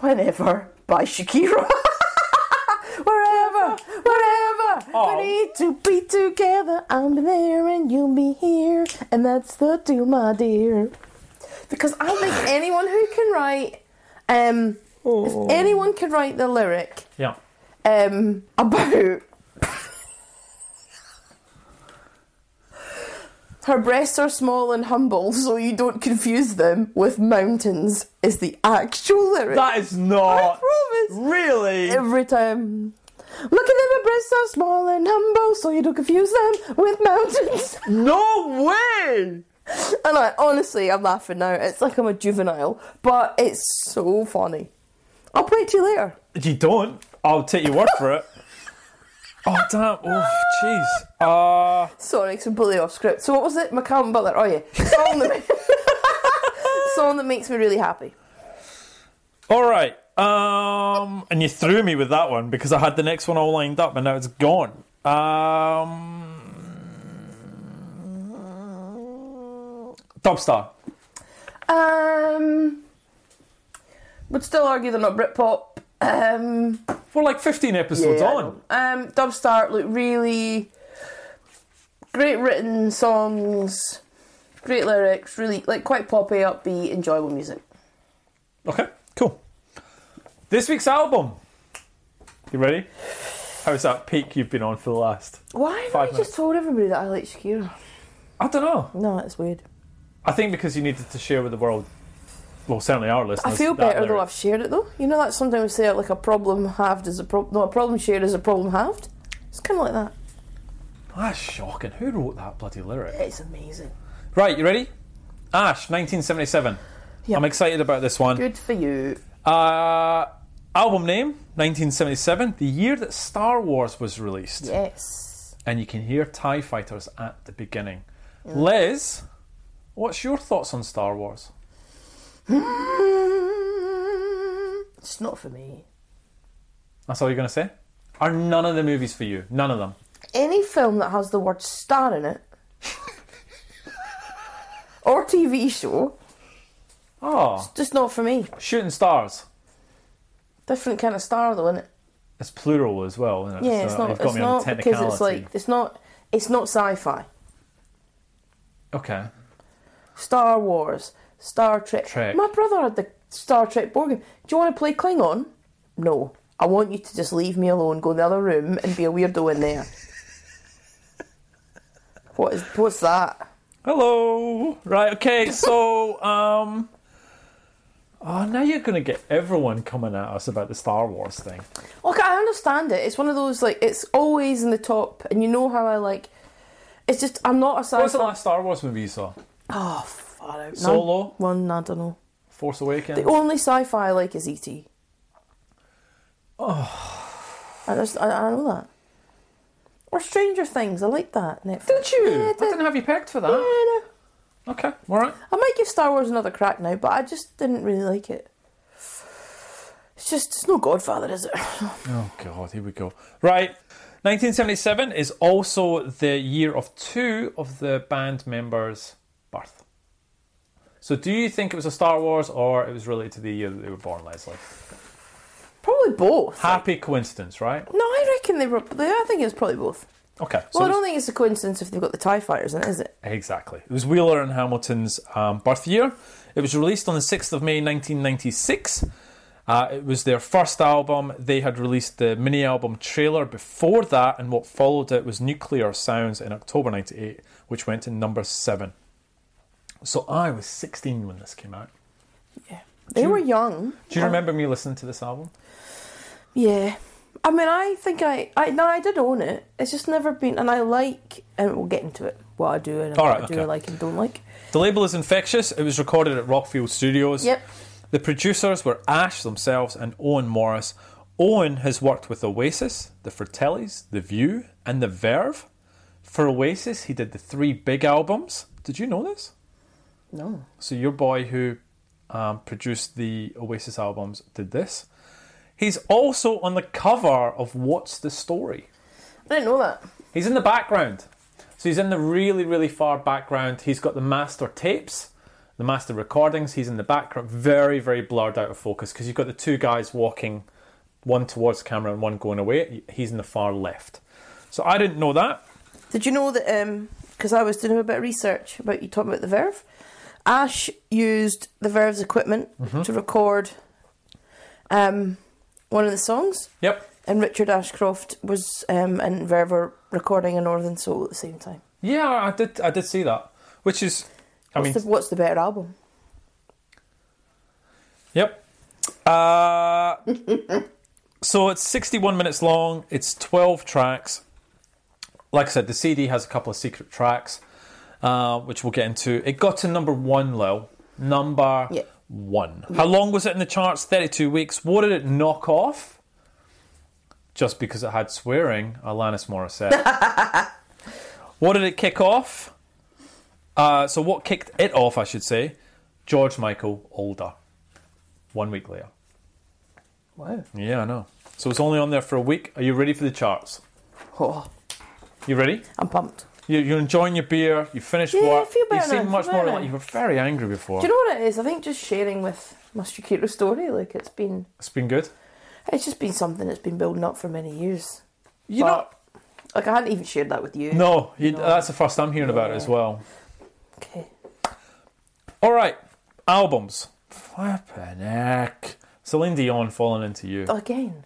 Whenever by Shakira. Wherever, wherever
Oh.
we need to be together, I'm there and you'll be here, and that's the do, my dear. Because I think anyone who can write, um, if anyone can write the lyric
Yeah.
um, about her breasts are small and humble, so you don't confuse them with mountains. Is the actual lyric?
That is not
I promise.
really.
Every time. Look at them, her breasts are small and humble, so you don't confuse them with mountains.
No way.
and I honestly, I'm laughing now. It's like I'm a juvenile, but it's so funny. I'll play it to you later.
You don't. I'll take your word for it. Oh damn! Oh jeez. Uh,
Sorry, it's completely off script. So what was it? McCallum Butler. Oh yeah, song that song that makes me really happy.
all right. Um, and you threw me with that one because I had the next one all lined up and now it's gone. Um, Dubstar.
Um, would still argue they're not Britpop. Um,
We're like 15 episodes
yeah, I
on.
know. Um, Dubstar look really great written songs, great lyrics, really like quite poppy, upbeat, enjoyable music.
Okay, cool. This week's album. You ready? How's that peak you've been on for the last?
Why have
Five
I just told everybody that I like Shakira?
I don't know.
No, that's weird.
I think because you needed to share with the world. Well, certainly our listeners.
I feel
that
better though
lyric.
I've shared it though. You know that sometimes we say like a problem halved is a problem. No, a problem shared is a problem halved. It's kind of like that.
That's shocking. Who wrote that bloody lyric?
It's amazing.
Right, you ready? Ash, 1977.
Yeah.
I'm excited about this one.
Good for you.
Uh, album name 1977, the year that Star Wars was released,
Yes.
and you can hear Tie Fighters at the beginning. Liz, what's your thoughts on Star Wars?
It's not for me.
That's all you're going to say? Are none of the movies for you? None of them.
Any film that has the word star in it, or TV show,
Oh,
just not for me.
shooting stars.
Different kind of star though, isn't it?
It's plural as well, isn't it?
Yeah, it's
So
not.
you've got
It's
me on
not because it's
technicality.
like it's not. It's not sci-fi.
okay.
Star Wars, Star Trek.
Trek.
My brother had the Star Trek board game. Do you want to play Klingon? No. I want you to just leave me alone, go in the other room, and be a weirdo in there. what is what's that?
Hello. Right. Okay. So, um, oh, now you're going to get everyone coming at us about the Star Wars thing.
Look, I understand it. It's one of those like it's always in the top, and you know how I like. It's just I'm not a
What
sci
was the last Star Wars movie you saw?
Oh, far out. None-
Solo?
One, I don't know.
Force Awakens.
The only sci-fi I like is E ET. Oh, I just I, I know that. Or Stranger Things, I like that Netflix.
Didn't you?
Yeah, I,
I
did.
didn't have you pegged for
Yeah,
that.
I know.
Okay. All right.
I might give Star Wars another crack now, but I just didn't really like it. It's just it's no Godfather, is it?
Oh God. Here we go. Right. 1977 is also the year of two of the band members' birth. So, do you think it was a Star Wars or it was related to the year that they were born, Leslie?
probably both.
Happy coincidence, right?
no, I reckon they were. They, I think it's probably both.
Okay. So
Well, I
it was-
don't think it's a coincidence if they've got the Tie Fighters in it, is it?
Exactly. It was Wheeler and Hamilton's um, birth year. It was released on the 6th of May 1996. Uh, it was their first album. They had released the mini album trailer before that, and what followed it was Nuclear Sounds in October 98, which went to number seven. So I was 16 when this came out.
Yeah, they were young.
Do you remember me listening to this album?
Yeah. I mean, I think I, I no, I did own it. It's just never been, and I like, and we'll get into it. What I do and
All
what
right,
I do,
okay.
I like and don't like.
The label is infectious. It was recorded at Rockfield Studios.
Yep.
The producers were Ash themselves and Owen Morris. Owen has worked with Oasis, The Fratellis, The View, and The Verve. For Oasis, he did the three big albums. Did you know this?
No.
So your boy who um, produced the Oasis albums did this. He's also on the cover of What's the Story.
I didn't know that.
He's in the background. So he's in the really, really far background. He's got the master tapes, the master recordings. He's in the background, very, very blurred out of focus because you've got the two guys walking, one towards camera and one going away. He's in the far left. So I didn't know that.
Did you know that? Um, because I was doing a bit of research about you talking about the Verve. Ash used the Verve's equipment
Mm-hmm.
to record, um, one of the songs,
Yep.
and Richard Ashcroft was um and Verve were recording a Northern Soul at the same time.
Yeah, I did. I did see that, which is, I
What's,
mean,
the, what's the better album?
Yep. Uh, so it's 61 minutes long. It's 12 tracks. Like I said, the CD has a couple of secret tracks, uh, which we'll get into. It got to number one, Lil. Number
Yeah.
one. How long was it in the charts? 32 weeks. What did it knock off? Just because it had swearing, Alanis Morissette. what did it kick off? Uh, so what kicked it off, I should say? George Michael, older one week later.
Wow.
Yeah, I know. So it's only on there for a week. Are you ready for the charts?
Oh,
You ready?
I'm pumped.
You're, you're enjoying your beer. You finish
Yeah, I
work.
feel
you
better now, I
seem
feel
much more.
better.
Like, you were very angry before.
Do you know what it is? I think just sharing with my Shakira story, like it's been,
it's been good.
it's just been something that's been building up for many years.
You
But-
know,
Like I hadn't even shared that with you.
no, you,
No.
that's the first I'm hearing about it as
Yeah.
well.
Okay.
All right, albums. Flippin' heck. Celine Dion falling into you.
Again.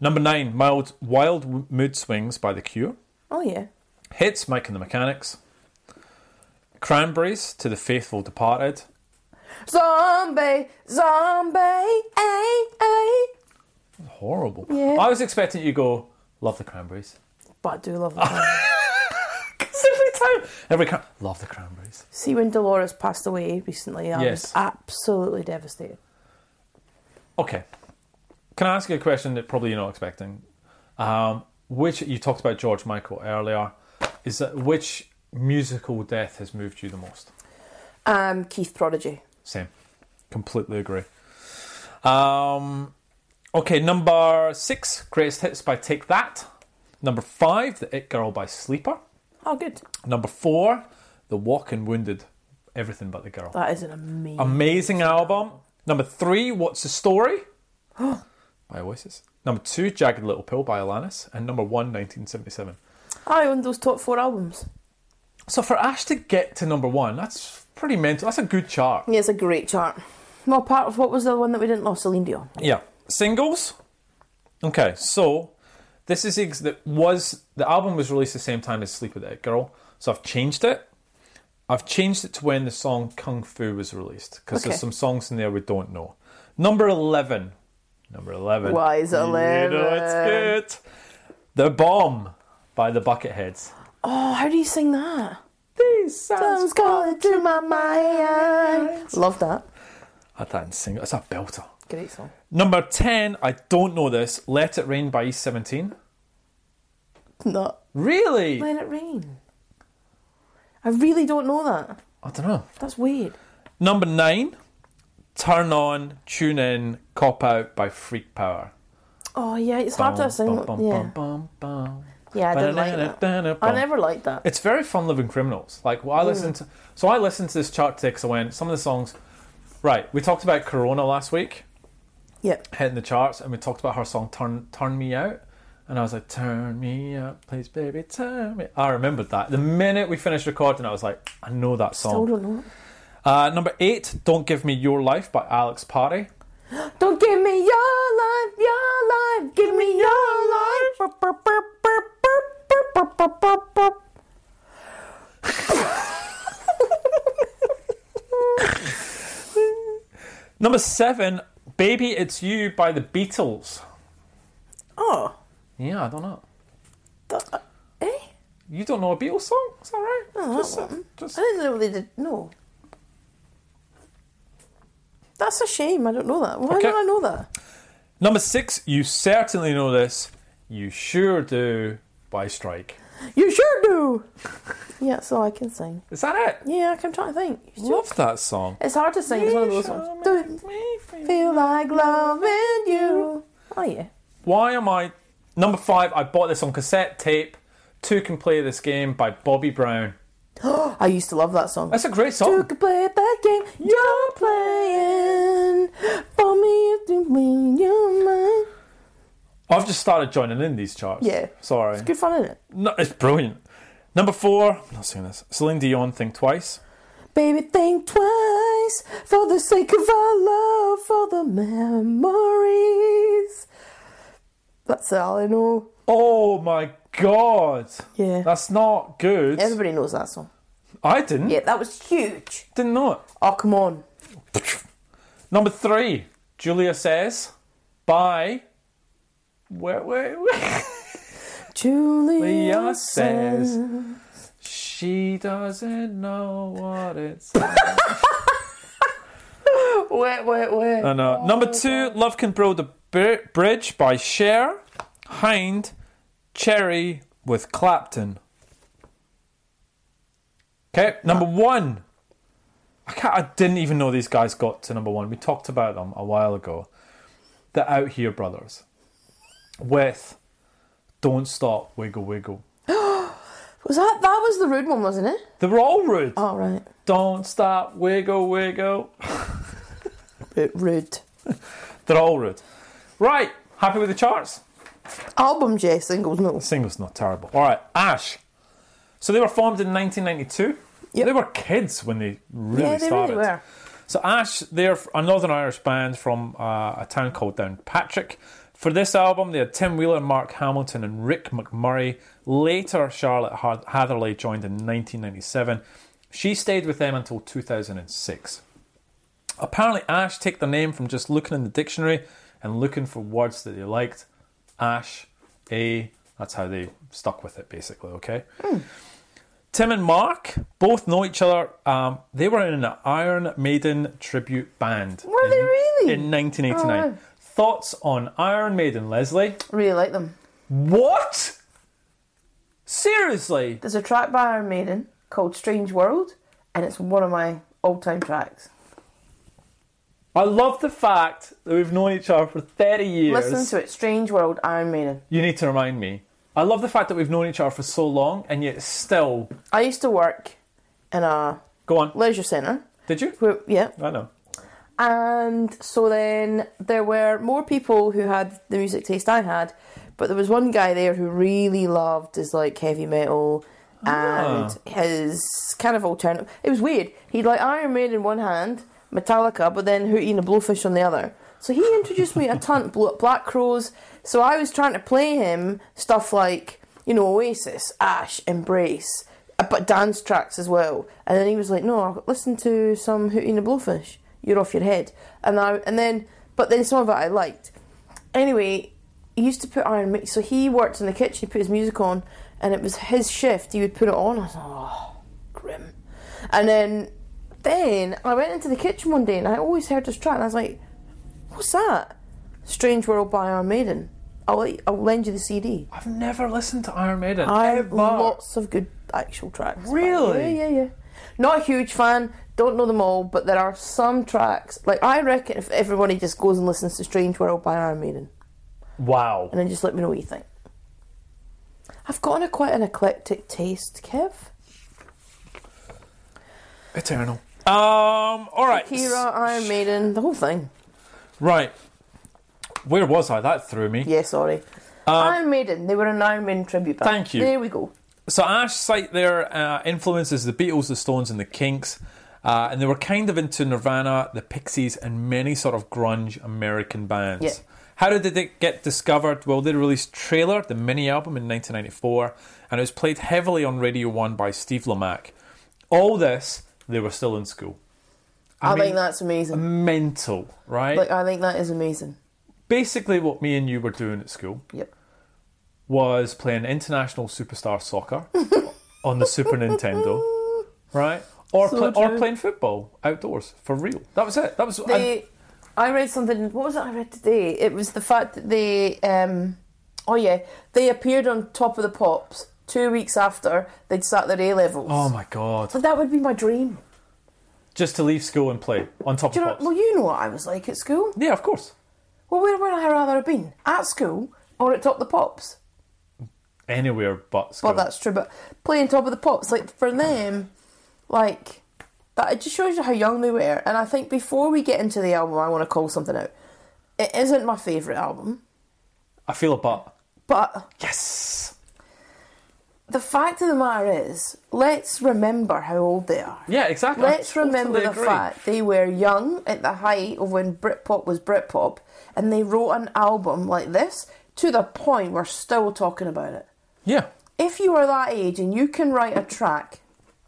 Number nine, mild wild W- mood swings by The Cure.
Oh yeah.
Hits Mike and the Mechanics. Cranberries to the faithful departed.
Zombie, zombie, ay, ay.
Horrible.
Yeah.
I was expecting you to go love the Cranberries.
But I do love that.
Because every time, every cran- love the Cranberries.
See, when Dolores passed away recently, I
Yes.
was absolutely devastated.
Okay, can I ask you a question that probably you're not expecting? Um, which you talked about George Michael earlier. Is that which musical death has moved you the most?
Um, Keith Prodigy.
Same. Completely agree. Um, okay, number six, Greatest Hits by Take That. Number five, The It Girl by Sleeper.
Oh, good.
Number four, The Walking Wounded, Everything But the Girl.
That is an amazing.
Amazing album. Number three, What's the Story? by Oasis. Number two, Jagged Little Pill by Alanis. And number one, 1977.
I own those top four albums.
So for Ash to get to number one, that's pretty mental. That's a good chart.
Yeah, it's a great chart. Well, part of what was the one that we didn't love, Celine Dion.
Yeah. Singles. Okay, so this is ex- that was the album was released the same time as Sleep with That Girl. So I've changed it. I've changed it to when the song Kung Fu was released because
Okay.
there's some songs in there we don't know. Number eleven. Number eleven.
Why is
You know
11?
it's good. The Bomb by the Bucketheads.
Oh, how do you sing that?
These sounds.
Sounds calling to my mind. Love that.
I can't sing. It's a belter.
Great song.
Number ten. I don't know this. Let It Rain by East Seventeen.
No.
Really?
Let it rain. I really don't know that.
I don't know.
That's weird.
Number nine, turn on, tune in, cop out by Freak Power.
Oh yeah, it's hard to sing.
Bum, bum,
yeah,
bum, bum, bum.
yeah, I don't like that.
Ba-da-da-da-da-da-bum.
I never Mm. liked that.
It's very fun living criminals. Like well, I listened to, so I listened to this chart today 'cause I went some of the songs. Right, we talked about Corona last week
Yeah,
hitting the charts, and we talked about her song "Turn Turn Me Out," and I was like, "Turn me out, please, baby, turn me." I remembered that the minute we finished recording, I was like, "I know that
still
song."
don't know.
Uh, number eight, "Don't Give Me Your Life" by Alex Party.
Don't give me your life, your life. Give me your life. Burp, burp, burp, burp, burp, burp, burp, burp, burp.
Number seven, Baby It's You by the Beatles.
Oh,
Yeah, I don't know.
that, uh, eh?
You don't know a Beatles song? Is that right?
No,
just,
that one.
just-
I didn't know they did. No. That's a shame. I don't know that. Why
Okay.
don't I know that?
Number six, you certainly know this. You sure do by Strike.
You sure do. yeah, so I can sing.
Is that it?
Yeah, I'm trying to think. You sure-
Love that song.
It's hard to sing. It's one of those
You
ones. Do
shall
it.
make me feel-
Feel like loving you. Oh yeah.
Why am I number five? I bought this on cassette tape. Two can play this game by Bobby Brown.
I used to love that song.
That's a great
You
song.
can play that game you're playing. For me, you do mean you're mine.
I've just started joining in these charts.
Yeah.
Sorry.
It's good fun, isn't it?
No, it's brilliant. Number four, I'm not saying this. Celine Dion, Think Twice.
Baby, think twice for the sake of our love, for the memories. That's all I know.
Oh my god.
Yeah.
That's not good.
Everybody knows that song.
I didn't.
Yeah, that was huge.
Didn't know it.
Oh, come on.
Number three, Julia Says by. Where, where, where?
Julia
Julia
says.
says. She doesn't know what it's. I
Wait, wait, wait.
know. uh, Number two, Love Can Build a Bir- Bridge by Cher, Hind, Cherry with Clapton. Okay, number one. I, can't, I didn't even know these guys got to number one. We talked about them a while ago. The Out Here Brothers with Don't Stop, Wiggle Wiggle.
Was that that was the rude one, wasn't it?
They were all rude.
Oh right,
Don't stop, wiggle, wiggle.
Bit rude.
They're all rude. Right, happy with the charts?
Albums, yeah. Singles, no.
Singles not terrible. All right, Ash. So they were formed in 1992.
Yep.
They were kids when they really
yeah, they
started.
really were.
So Ash, they're a Northern Irish band from uh, a town called Downpatrick. For this album, they had Tim Wheeler, Mark Hamilton, and Rick McMurray. Later, Charlotte Har- Hatherley joined in 1997. She stayed with them until 2006. Apparently, Ash take their name from just looking in the dictionary and looking for words that they liked. Ash, A. That's how they stuck with it, basically. Okay.
Hmm.
Tim and Mark both know each other. Um, they were in an Iron Maiden tribute band.
Were
in,
they really?
In 1989.
Oh.
Thoughts on Iron Maiden, Leslie?
Really like them.
What? Seriously?
There's a track by Iron Maiden called "Strange World," and it's one of my all-time tracks.
I love the fact that we've known each other for 30 years.
Listen to it. "Strange World," Iron Maiden.
You need to remind me. I love the fact that we've known each other for so long and yet still.
I used to work in a
Go on.
leisure centre.
Did you?
Where, yeah,
I know.
And so then there were more people who had the music taste I had, but there was one guy there who really loved his like heavy metal and his kind of alternative. It was weird. He'd like Iron Maiden in one hand, Metallica, but then Hootie and the Blowfish on the other. So he introduced me a ton of Black Crows. So I was trying to play him stuff like you know Oasis, Ash, Embrace, uh, but dance tracks as well. And then he was like, "No, listen to some Hootie and the Blowfish. You're off your head." And I and then, but then some of it I liked. Anyway, he used to put Iron Ma- So he worked in the kitchen. He put his music on, and it was his shift. He would put it on. I was like, "Oh, grim." And then, then I went into the kitchen one day, and I always heard this track, and I was like, "What's that?" Strange World by Iron Maiden. I'll I'll lend you the CD.
I've never listened to Iron Maiden.
I have
ever.
lots of good actual tracks. by-
Really?
Yeah, yeah, yeah. Not a huge fan. Don't know them all, but there are some tracks. Like I reckon, if everybody just goes and listens to "Strange World" by Iron Maiden,
Wow.
and then just let me know what you think. I've gotten a quite an eclectic taste, Kev.
Eternal. Um. All right.
Kira, Iron Maiden, the whole thing.
Right. Where was I? That threw me.
Yeah, sorry. Iron Maiden. They were an Iron Maiden tribute band.
Uh, Thank you.
There we go.
So Ash cite their uh, influences: the Beatles, the Stones, and the Kinks. Uh, and they were kind of into Nirvana, the Pixies, and many sort of grunge American bands.
Yeah.
How did they get discovered? Well, they released Trailer, the mini album, in 1994, and it was played heavily on Radio 1 by Steve Lamack. All this, they were still in school.
I,
mean,
think that's amazing.
mental, right?
Like I think that is amazing.
Basically, what me and you were doing at school.
Yep.
was playing international superstar soccer on the Super Nintendo, right? Or
So
pla- or
true.
playing football outdoors for real. That was it. That was and
They, I read something. What was it I read today? It was the fact that they. Um, oh yeah, they appeared on Top of the Pops two weeks after they'd sat their A levels.
oh my god!
That would be my dream.
Just to leave school and play on top
Do you
of
know?
pops.
Well, you know what I was like at school.
yeah, of course.
Well, where would I rather have been? At school or at Top of the Pops?
Anywhere but school.
Well, that's true, but playing Top of the Pops, like for them, like that, it just shows you how young they were. And I think before we get into the album, I want to call something out. It isn't my favourite album,
I feel a but.
but
Yes.
the fact of the matter is, let's remember how old they are.
Yeah, exactly. I
Let's
totally
remember the
agree.
fact they were young at the height of when Britpop was Britpop, and they wrote an album like this to the point we're still talking about it.
Yeah.
if you are that age and you can write a track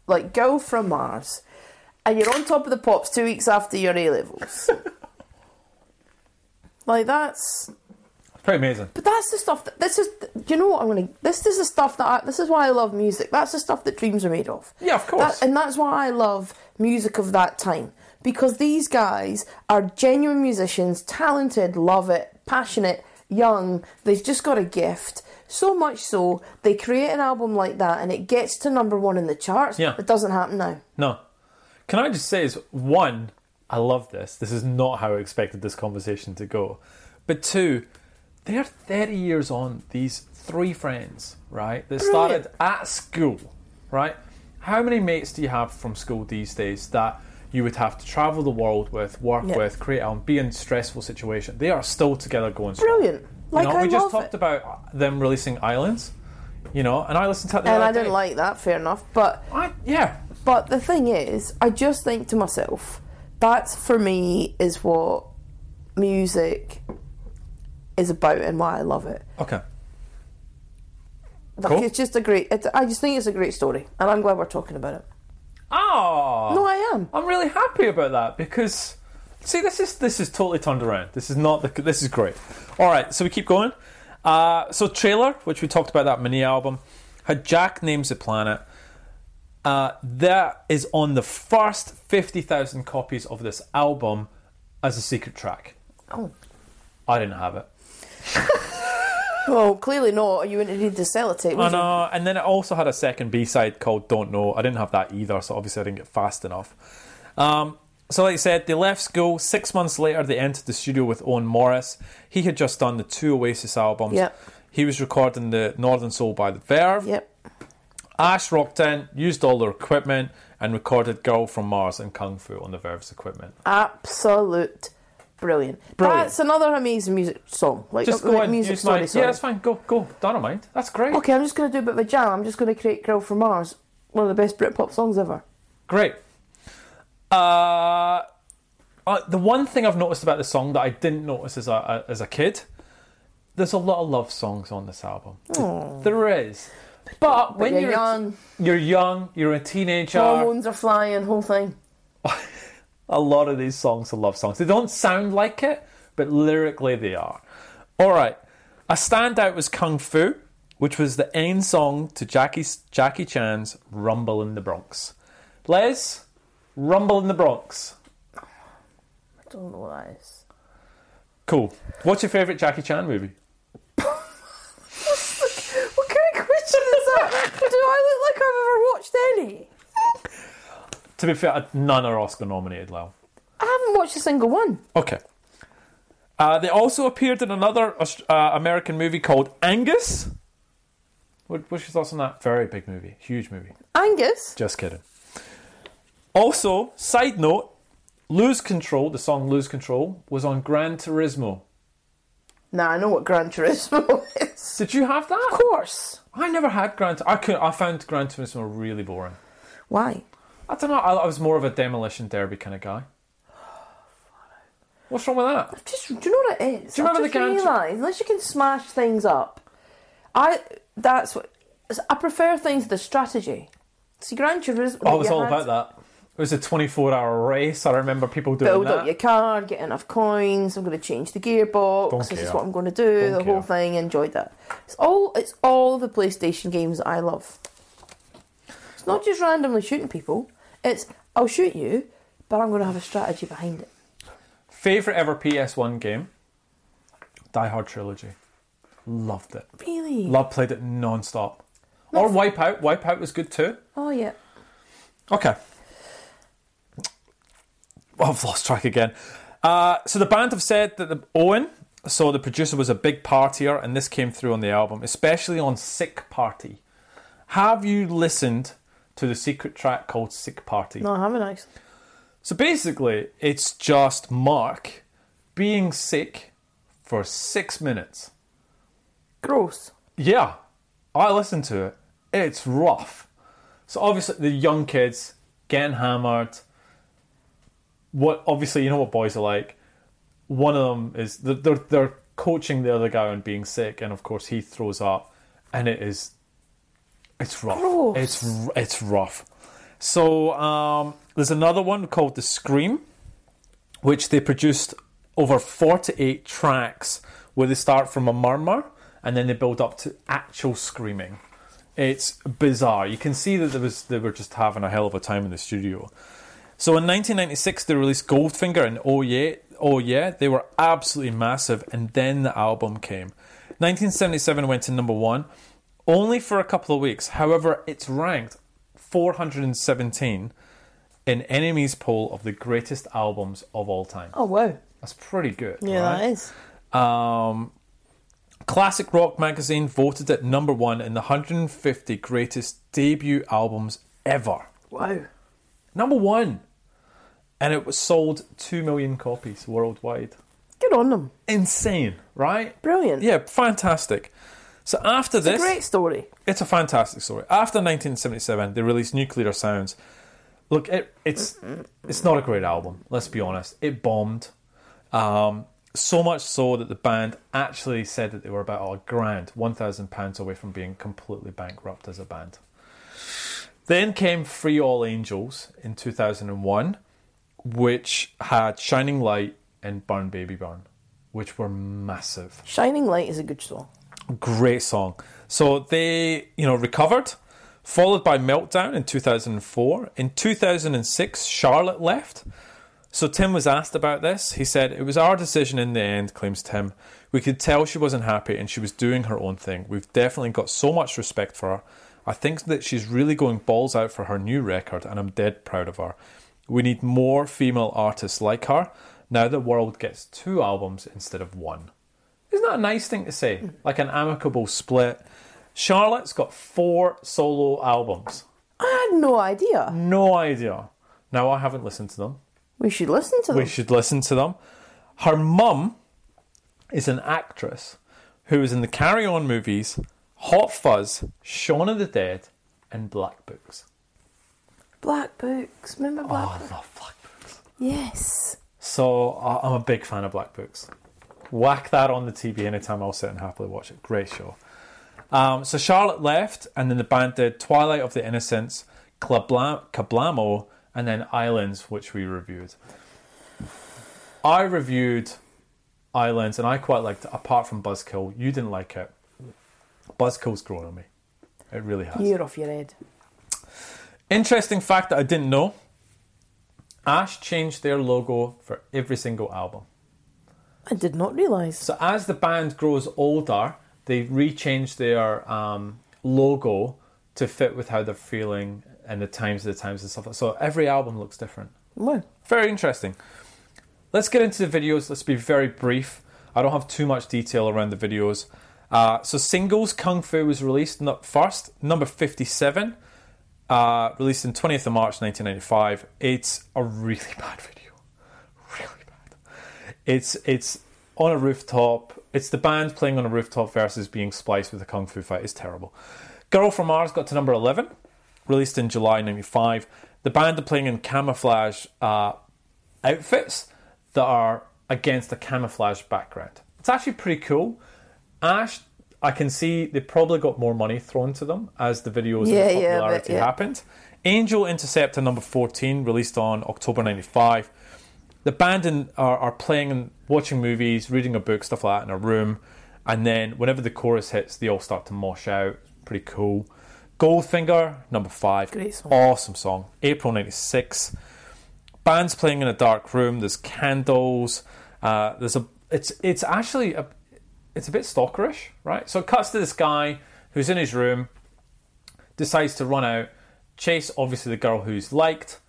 like Girl from Mars and you're on top of the pops two weeks after your A levels, like that's
Pretty amazing.
but that's the stuff that this is you know what I'm gonna this is the stuff that I, this is why I love music that's the stuff that dreams are made of
Yeah, of course.
That- and that's why I love music of that time because these guys are genuine musicians talented love it passionate young they've just got a gift so much so they create an album like that and it gets to number one in the charts
Yeah.
it doesn't happen now
No. Can I just say is one, I love this. This is not how I expected this conversation to go. But two, they're 30 years on, these three friends, right? That started at school right? How many mates do you have from school these days that you would have to travel the world with, work
Yeah.
with, create on, be in stressful situation? They are still together going strong.
Brilliant.
You
Like
know,
I
we
love
just
it.
talked about them releasing Islands, you know, and I listened to it the
and
other
I didn't
day.
like that. Fair enough, but
I, yeah,
But the thing is, I just think to myself, that's for me is what music is about and why I love it.
okay.
Like
Cool.
it's just a great. It, I just think it's a great story, and I'm glad we're talking about it.
Oh,
No, I am.
I'm really happy about that because see, this is this is totally turned around. This is not the this is great. All right, so we keep going. Uh, so trailer, which we talked about that mini album, had Jack names the planet. Uh, that is on the first fifty thousand copies of this album as a secret track.
Oh.
I didn't have it.
Well, clearly not. or You wouldn't need to sell it. eh?
I know. And then it also had a second B side called Don't Know. I didn't have that either, so obviously I didn't get fast enough. Um, so, like I said, they left school. Six months later, they entered the studio with Owen Morris. He had just done the two Oasis albums.
Yep.
He was recording the Northern Soul by the Verve.
Yep.
Ash rocked in, used all their equipment, and recorded Girl from Mars and Kung Fu on the Verve's equipment.
Absolute brilliant.
Brilliant.
That's another amazing music song. Like
Just
uh,
go
like
and
music
use
story.
my.
sorry.
Yeah, that's fine. Go, go. Don't mind. That's great.
okay, I'm just going to do a bit of a jam. I'm just going to create "Girl from Mars," one of the best Britpop songs ever.
Great. Uh, uh, the one thing I've noticed about the song that I didn't notice as a, a- as a kid, there's a lot of love songs on this album. There is. But, when
Oh. you're
you're, a-
young.
you're young, you're a teenager.
Hormones are flying, whole thing.
a lot of these songs are love songs. They don't sound like it, but lyrically they are. All right. A standout was Kung Fu, which was the end song to Jackie's, Jackie Chan's Rumble in the Bronx. Les, Rumble in the Bronx.
I don't know what that is.
Cool. What's your favourite Jackie Chan movie?
What kind of question is that? Do I look like I've ever watched any?
To be fair, none are Oscar nominated, Lyle.
I haven't watched a single one.
Okay. Uh, they also appeared in another Aus- uh, American movie called Angus. What, what's your thoughts on that? Very big movie, huge movie.
Angus.
Just kidding. Also, side note, Lose Control, the song Lose Control, was on Gran Turismo.
Nah, I know what Gran Turismo is.
Did you have
Of
that?
course.
I never had Gran. I could. I found Gran Turismo really boring.
Why?
I don't know. I, I was more of a demolition derby kind of guy. What's wrong with that?
Just do you know what it is?
Do you remember
I just
the Gran Tur-
realised, unless you can smash things up, I that's what I prefer things the strategy. See, Gran Turismo.
Oh, it was
you
all
had
about that. It was a 24-hour race. I remember people doing
Build
that.
up your car, get enough coins. I'm going to change the gearbox.
Don't
this is
care.
what I'm going to do.
Don't
the whole
care.
thing. Enjoyed that. It's all. It's all the PlayStation games that I love. It's not just randomly shooting people. It's I'll shoot you, but I'm going to have a strategy behind it.
Favorite ever PS1 game? Die Hard trilogy. Loved it.
Really?
Love played it non-stop. Or Wipeout. Wipeout was good too.
oh yeah.
Okay. Well, I've lost track again. Uh, so the band have said that the Owen, so the producer, was a big partier, and this came through on the album, especially on Sick Party. Have you listened to the secret track called Sick Party?
No, I haven't actually.
So basically, it's just Mark being sick for six minutes.
Gross.
Yeah, I listened to it. It's rough. So obviously the young kids getting hammered. What obviously you know what boys are like. One of them is they're they're, they're coaching the other guy on being sick, and of course he throws up, and it is it's rough.
Gross.
It's r- it's rough. So um, there's another one called the Scream, which they produced over 48 tracks, where they start from a murmur and then they build up to actual screaming. It's bizarre. You can see that there was they were just having a hell of a time in the studio. So in 1996, they released Goldfinger and Oh Yeah, Oh Yeah. They were absolutely massive, and then the album came. 1977 went to number one, only for a couple of weeks. However, it's ranked 417 in Enemy's poll of the greatest albums of all time.
Oh wow.
That's pretty good.
Yeah,
right?
that is.
Um, Classic Rock magazine voted it number one in the 150 greatest debut albums ever.
Wow.
Number one! And it was sold 2 million copies worldwide.
Good on them.
Insane, right?
Brilliant.
Yeah, fantastic. So after this.
Great story.
It's a fantastic story. After 1977, they released Nuclear Sounds. Look, it, it's it's not a great album. Let's be honest. It bombed, um, so much so that the band actually said that they were about a grand, one thousand pounds away from being completely bankrupt as a band. Then came Free All Angels in 2001, which had Shining Light and Burn Baby Burn, which were massive
Shining Light is a good song.
great song. So they, you know, recovered, followed by Meltdown in 2004. In 2006, Charlotte left. So Tim was asked about this. He said, It was our decision in the end, claims Tim. We could tell she wasn't happy and she was doing her own thing. We've definitely got so much respect for her. I think that she's really going balls out for her new record and I'm dead proud of her. We need more female artists like her. Now the world gets two albums instead of one. Isn't that a nice thing to say? Like an amicable split. Charlotte's got four solo albums.
I had no idea.
No idea. Now I haven't listened to them.
We should listen to them.
We should listen to them. Her mum is an actress who was in the Carry On movies, Hot Fuzz, Shaun of the Dead, and Black Books.
Black Books. Remember
Oh,
Black
I love Black Books.
Yes.
So I- I'm a big fan of Black Books. Whack that on the TV anytime. I'll sit and happily watch it. Great show. Um, so Charlotte left, and then the band did Twilight of the Innocents, Kabla- Kablamo, and then Islands, which we reviewed. I reviewed Islands, and I quite liked it. Apart from Buzzkill, you didn't like it. Buzzkill's grown on me. It really has.
You're off your head.
Interesting fact that I didn't know. Ash changed their logo for every single album.
I did not realise.
So as the band grows older, they rechange their um, logo to fit with how they're feeling and the times of the times and stuff. So every album looks different.
Wow.
Very interesting. Let's get into the videos. Let's be very brief. I don't have too much detail around the videos. Uh, so singles Kung Fu was released nu- first, number 57, uh, released in 20th of March 1995. It's a really bad video. Really bad. It's it's on a rooftop. It's the band playing on a rooftop versus being spliced with a kung fu fight. It's terrible. Girl from Mars got to number 11, released in July 95. The band are playing in camouflage uh, outfits that are against a camouflage background. It's actually pretty cool. Ash, I can see they probably got more money thrown to them as the videos
Yeah,
and the
yeah, but
popularity
yeah.
happened. Angel Interceptor number 14, released on October 95. The band in, are, are playing and watching movies, reading a book, stuff like that in a room. And then whenever the chorus hits, they all start to mosh out. Pretty cool. Goldfinger, number five.
Great song.
Awesome song. April 96. Band's playing in a dark room. There's candles. Uh, there's a. It's it's actually a. It's a bit stalkerish, right? So it cuts to this guy who's in his room decides to run out, chase obviously the girl who's liked.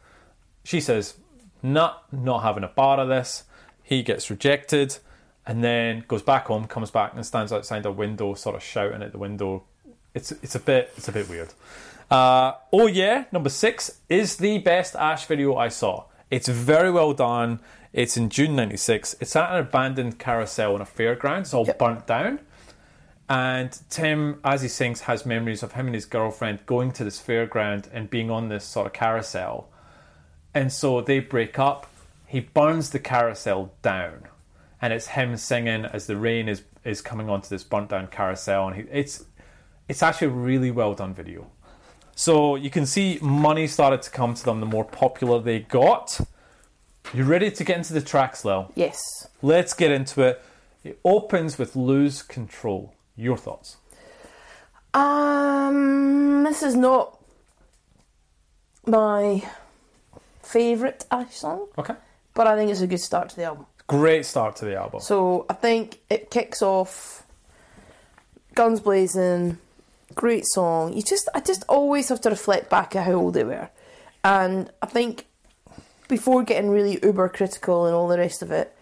She says, "Nah, not having a bar of this." He gets rejected, and then goes back home, comes back and stands outside a window, sort of shouting at the window. It's it's a bit it's a bit weird. Uh, oh yeah, number six is the best Ash video I saw. It's very well done. It's in June '96. It's at an abandoned carousel in a fairground. It's all burnt down. And Tim, as he sings, has memories of him and his girlfriend going to this fairground and being on this sort of carousel. And so they break up. He burns the carousel down. And it's him singing as the rain is, is coming onto this burnt down carousel. And he, it's, it's actually a really well done video. So you can see money started to come to them the more popular they got. You ready to get into the tracks, Lil?
Yes.
Let's get into it. It opens with Lose Control. Your thoughts?
Um, this is not my favourite Ash song,
Okay.
but I think it's a good start to the album.
Great start to the album.
So I think it kicks off, guns blazing, great song. You just, I just always have to reflect back at how old they were, and I think before getting really uber critical and all the rest of it,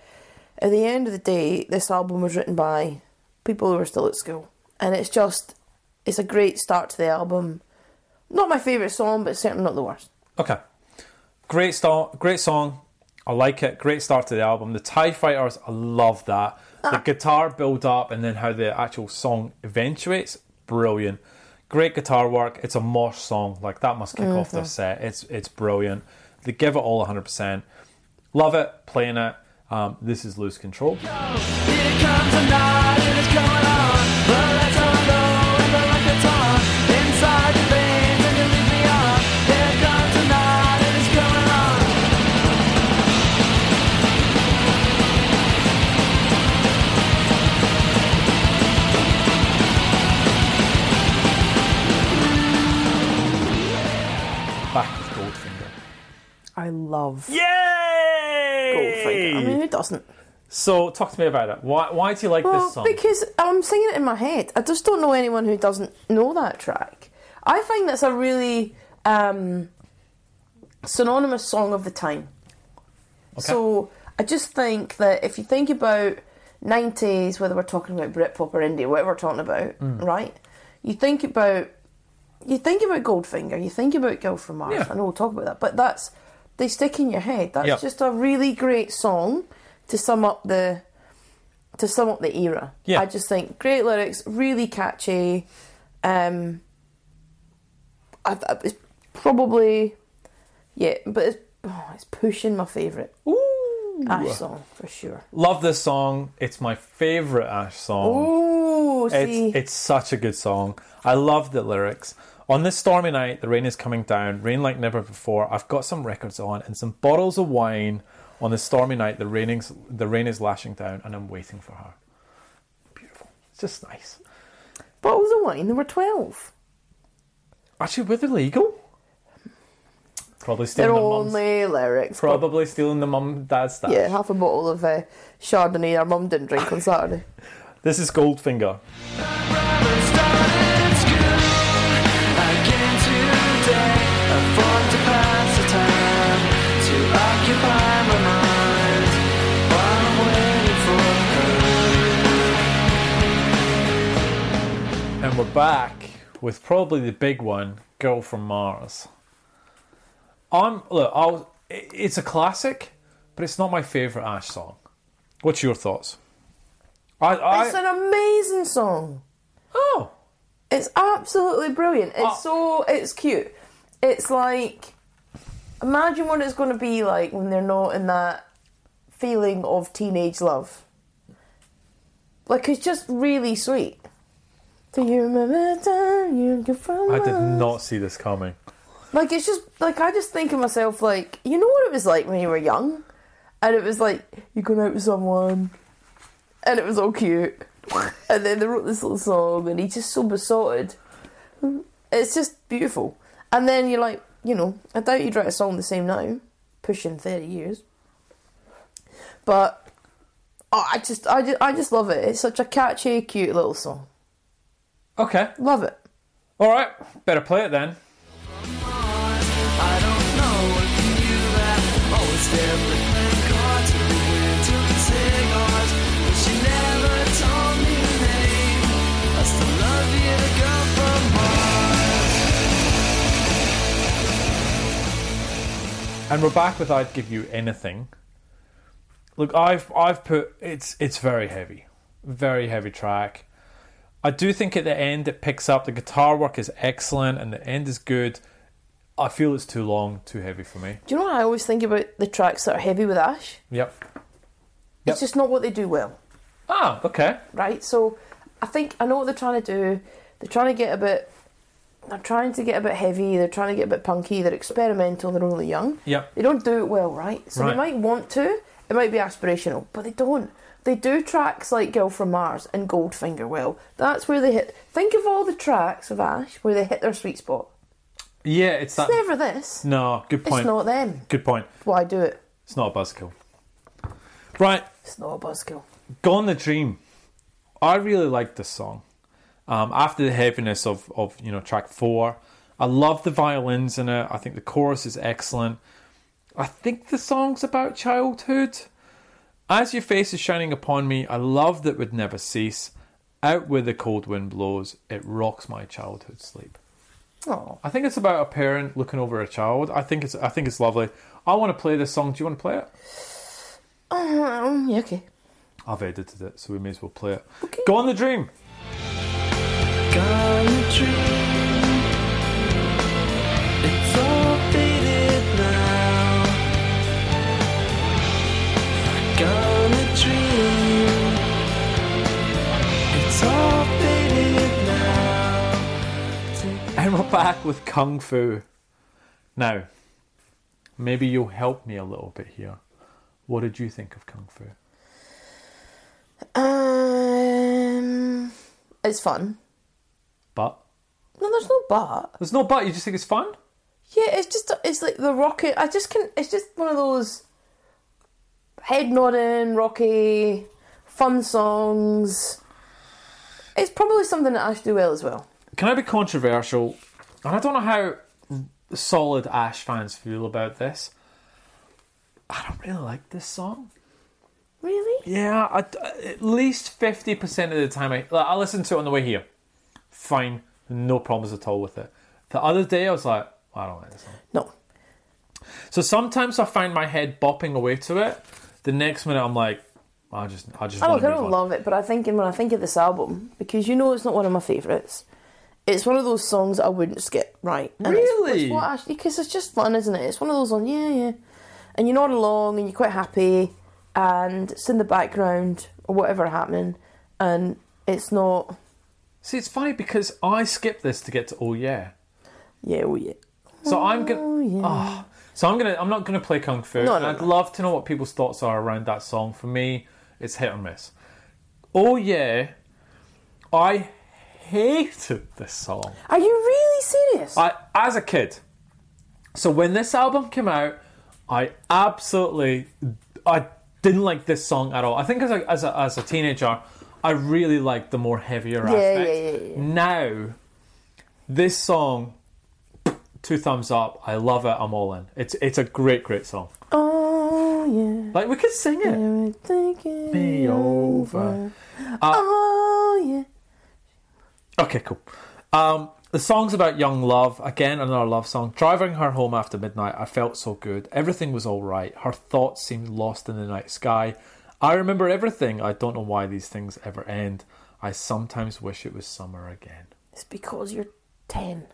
at the end of the day, this album was written by people who were still at school. And it's just, it's a great start to the album. Not my favourite song, but certainly not the worst.
Okay. Great start. Great song. I like it. Great start to the album. The Tie Fighters. I love that. The guitar build up and then how the actual song eventuates. Brilliant. Great guitar work. It's a mosh song. Like that must kick off their set. It's it's brilliant. They give it all 100. percent Love it. Playing it. Um, this is Lose Control.
It comes and not, it is coming on. The lights are low and the lights are torn. Inside your veins and you leave me on. It comes and not, it is coming on.
Back with Goldfinger.
I love
Yay!
Goldfinger. I mean, who doesn't?
so talk to me about it. Why why do you like
Well,
this song?
because I'm singing it in my head. I just don't know anyone who doesn't know that track. I find that's a really um, synonymous song of the time. So I just think that if you think about 90s, whether we're talking about Britpop or indie, whatever we're talking about,
Mm.
right? You think about you think about Goldfinger, you think about Girl from Mars.
Yeah.
I know we'll talk about that, but that's they stick in your head. That's
Yeah.
just a really great song to sum up the to sum up the era.
Yeah.
I just think great lyrics, really catchy. Um, I, I, it's probably yeah, but it's, oh, it's pushing my favourite
Ooh.
Ash song for sure.
Love this song. It's my favorite Ash song.
Oh, see,
It's, it's such a good song. I love the lyrics. On this stormy night, the rain is coming down, rain like never before. I've got some records on and some bottles of wine. On this stormy night, the raining's the rain is lashing down, and I'm waiting for her. Beautiful. It's just nice.
bottles of wine. There were twelve.
Actually, were they legal? Probably
They're
stealing the mum's.
only lyrics. but-
Probably stealing the mum and dad's stash.
yeah, half a bottle of uh, Chardonnay our mum didn't drink on Saturday.
This is Goldfinger.
Brother started school again today. A form to pass the time, to occupy my mind while I'm waiting for her.
And we're back with probably the big one, Girl from Mars. I'm look, I'll, i- it's a classic, but it's not my favorite Ash song. What's your thoughts? I, I
It's an amazing song.
oh
It's absolutely brilliant. It's so it's cute. It's like imagine what it's going to be like when they're not in that feeling of teenage love. Like it's just really sweet. Do you remember the time you were from?
I did
us?
not see this coming.
Like it's just like I just think of myself like you know what it was like when you were young, and it was like you going out with someone, and it was all cute, and then they wrote this little song, and he's just so besotted. It's just beautiful, and then you're like, you know, I doubt you'd write a song the same now, pushing thirty years, but oh, I just I just I just love it. It's such a catchy, cute little song.
Okay,
Love it.
all right, better play it then.
I don't know if you knew that. Always there but thank God to the wind, to the cigars. But she never told me your name. I still love you, the girl from Mars.
And we're back with I'd give you anything. Look, I've I've put it's it's very heavy, very heavy track. I do think at the end it picks up. The guitar work is excellent, and the end is good. I feel it's too long, too heavy for me.
Do you know what I always think about the tracks that are heavy with Ash?
Yep. Yep.
It's just not what they do well.
Ah, okay.
right? So I think I know what they're trying to do. They're trying to get a bit. They're trying to get a bit heavy. They're trying to get a bit punky. They're experimental. They're only young.
Yep.
They don't do it well, right? So
Right.
they might want to. It might be aspirational, but they don't. They do tracks like Girl from Mars and Goldfinger well. That's where they hit. Think of all the tracks of Ash where they hit their sweet spot.
Yeah, it's that.
It's never this.
No, good point.
It's not them.
Good point.
Why do it?
It's not a buzzkill. Right,
It's not a buzzkill.
Gone the Dream. I really like this song. Um, after the heaviness of, of you know track four, I love the violins in it. I think the chorus is excellent. I think the song's about childhood. As your face is shining upon me, I love that would never cease. Out with the cold wind blows, it rocks my childhood sleep.
Oh,
I think it's about a parent looking over a child. I think it's I think it's lovely. I want to play this song. Do you want to play it?
um, yeah, okay.
I've edited it, so we may as well play it. Go on the dream.
Gonna dream. It's all faded now. Gonna dream. It's all faded now.
And we're back with Kung Fu. Now, maybe you'll help me a little bit here. What did you think of Kung Fu?
Um, it's fun.
But
No, there's no but.
there's no but. You just think it's fun.
Yeah, it's just it's like the rocket. I just can. It's just one of those head nodding, rocky, fun songs. It's probably something that Ash do well as well.
Can I be controversial? And I don't know how solid Ash fans feel about this. I don't really like this song.
Really?
Yeah, I, at least fifty percent of the time, I like, I listened to it on the way here. Fine, no problems at all with it. The other day, I was like, I don't like this song.
No.
So sometimes I find my head bopping away to it. The next minute, I'm like, I just, I just.
Oh, I
want
look, I
to
don't love it, but I think and when I think of this album, because you know it's not one of my favourites, it's one of those songs that I wouldn't skip, right? And it's- It's,
Really?
what actually, because it's just fun, isn't it? It's one of those on, yeah, yeah. And you're not along and you're quite happy and it's in the background or whatever happening and it's not,
See, it's funny because I skipped this to get to Oh Yeah.
yeah, oh yeah.
So I'm gonna.
Oh, yeah.
Ah. so I'm gonna. I'm not gonna play Kung Fu.
No,
and
no,
I'd
no.
love to know what people's thoughts are around that song. For me, it's hit or miss. Oh yeah, I hated this song.
Are you really serious?
I as a kid. So when this album came out, I absolutely I didn't like this song at all. I think as a as a, as a teenager, I really liked the more heavier
yeah,
aspect.
yeah, yeah, yeah.
Now, this song, two thumbs up. I love it. I'm all in. It's it's a great great song.
oh,
Like we could sing
yeah.
it.
I think it
Be over. Uh,
Oh, yeah.
Okay, cool. Um, the song's about young love. Again, another love song. Driving her home after midnight, I felt so good. Everything was all right. Her thoughts seemed lost in the night sky. I remember everything. I don't know why these things ever end. I sometimes wish it was summer again.
It's because you're 10.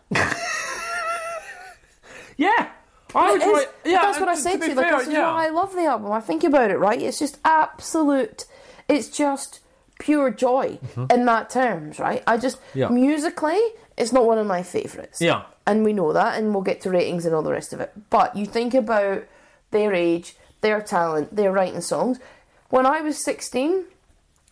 Yeah, I would
It is.
write.
But
Yeah,
that's what I
to- to
said to,
be
you. Like,
fair,
this is
yeah.
why I love the album. I think about it, right? It's just absolute. It's just pure joy in that terms, right? I just
Mm-hmm. Yeah.
musically, it's not one of my favorites.
Yeah.
and we know that, and we'll get to ratings and all the rest of it. But you think about their age, their talent, their writing songs. When I was sixteen,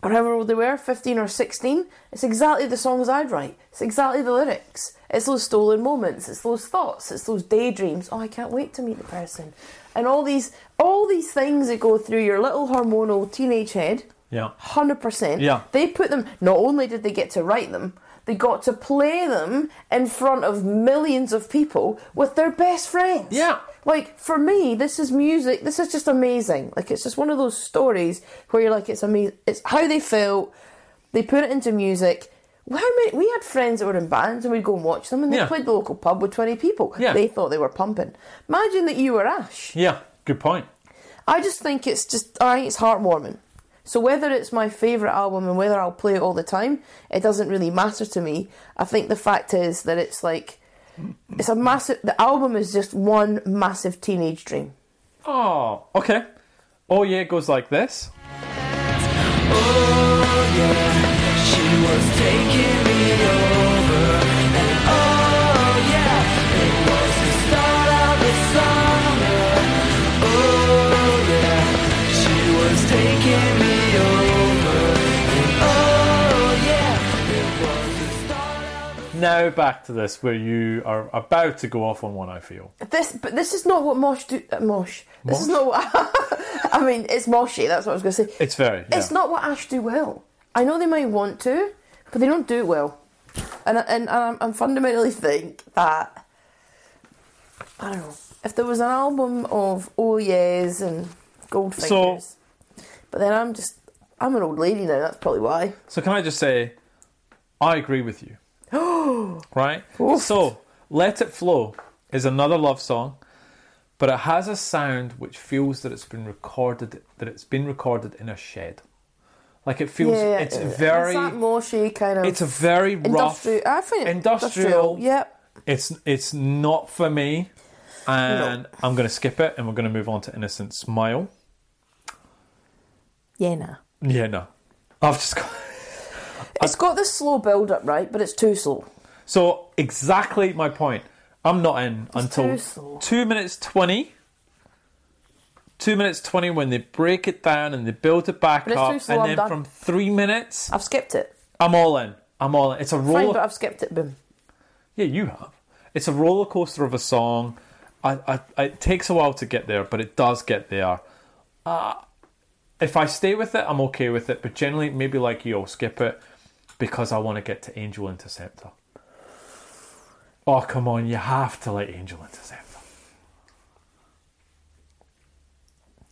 or however old they were, 15 or 16, it's exactly the songs I'd write. It's exactly the lyrics. It's those stolen moments, it's those thoughts, it's those daydreams. Oh, I can't wait to meet the person. And all these all these things that go through your little hormonal teenage head.
Yeah.
100%.
Yeah.
They put them not only did they get to write them, they got to play them in front of millions of people with their best friends.
Yeah.
Like for me, this is music. This is just amazing. Like it's just one of those stories where you're like, it's amazing. It's how they felt. They put it into music. How many? We had friends that were in bands, and we'd go and watch them, and they
Yeah.
played the local pub with twenty people.
Yeah.
They thought they were pumping. Imagine that you were Ash.
Yeah, good point.
I just think it's just, I it's heartwarming. So whether it's my favourite album and whether I'll play it all the time, it doesn't really matter to me. I think the fact is that it's like, it's a massive. The album is just one massive teenage dream.
Oh, okay. Oh yeah, it goes like this.
Oh yeah, she was taking me over. And oh yeah, it was the start of the summer. Oh yeah, she was taking me over. And oh yeah, it was the start of
Now back to this, where you are about to go off on one. I feel.
This, but this is not what Mosh do. Uh, Mosh. This is not what. I mean, it's Moshy. That's what I was going to say.
It's very. Yeah.
It's not what Ash do well. I know they might want to, but they don't do it well. And and, and I am fundamentally think that I don't know if there was an album of Oh Yeahs and Goldfingers,
So-
but then I'm just I'm an old lady now. That's probably why.
So can I just say, I agree with you. right? So, Let It Flow is another love song, but it has a sound which feels that it's been recorded that it's been recorded in a shed. Like it feels
yeah,
it's
it's
very
that mushy kind of.
it's a very rough
industrial. I think
industrial.
Yep.
It's it's not for me, and I'm going to skip it, and we're going to move on to Innocent Smile.
Yeah, nah.
Yeah, no, I've just got
It's got this slow build up, right? But it's too slow.
so exactly my point. I'm not in
too
until
slow.
two minutes twenty. Two minutes twenty when they break it down and they build it back
But it's
up,
too slow,
and
I'm
then
done.
from three minutes,
I've skipped it.
I'm all in. I'm all in. It's a
Fine,
roller.
but I've skipped it. Boom.
Yeah, you have. It's a roller coaster of a song. I, I, it takes a while to get there, but it does get there. Uh, if I stay with it, I'm okay with it. But generally, maybe like you, I'll skip it because I want to get to Angel Interceptor. Oh come on, you have to like Angel Interceptor.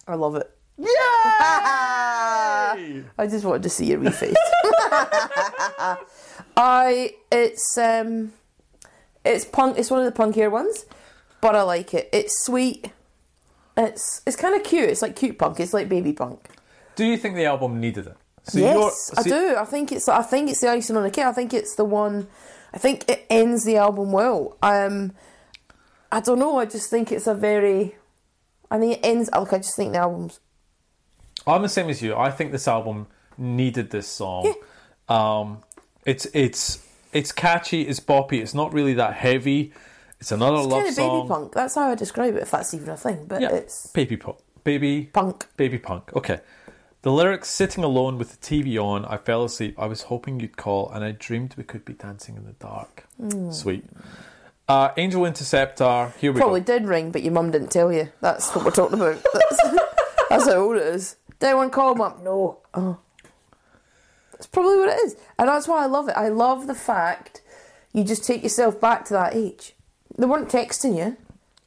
I love it.
Yeah.
I just wanted to see your wee face. I it's um it's punk it's one of the punkier ones, but I like it. It's sweet. It's it's kinda cute. It's like cute punk, it's like baby punk.
Do you think the album needed it? So
yes,
so-
I do. I think it's I think it's the icing on the cake. I think it's the one I think it ends the album well. Um I don't know, I just think it's a very I think it ends look, I just think the album's
I'm the same as you. I think this album needed this song. Um, it's it's it's catchy, it's boppy, it's not really that heavy. It's another
it's
love
kinda
song.
baby punk. That's how I describe it, if that's even a thing. But
Yeah,
it's
baby pop, baby
punk.
baby punk. Okay, the lyrics: sitting alone with the TV on, I fell asleep. I was hoping you'd call, and I dreamed we could be dancing in the dark.
Mm.
Sweet. Uh, Angel Interceptor. Here we
Probably
go.
did ring, but your mum didn't tell you. That's what we're talking about. That's, that's how old it is. Did anyone call mum? No. Oh. That's probably what it is. And that's why I love it. I love the fact you just take yourself back to that age. They weren't texting you.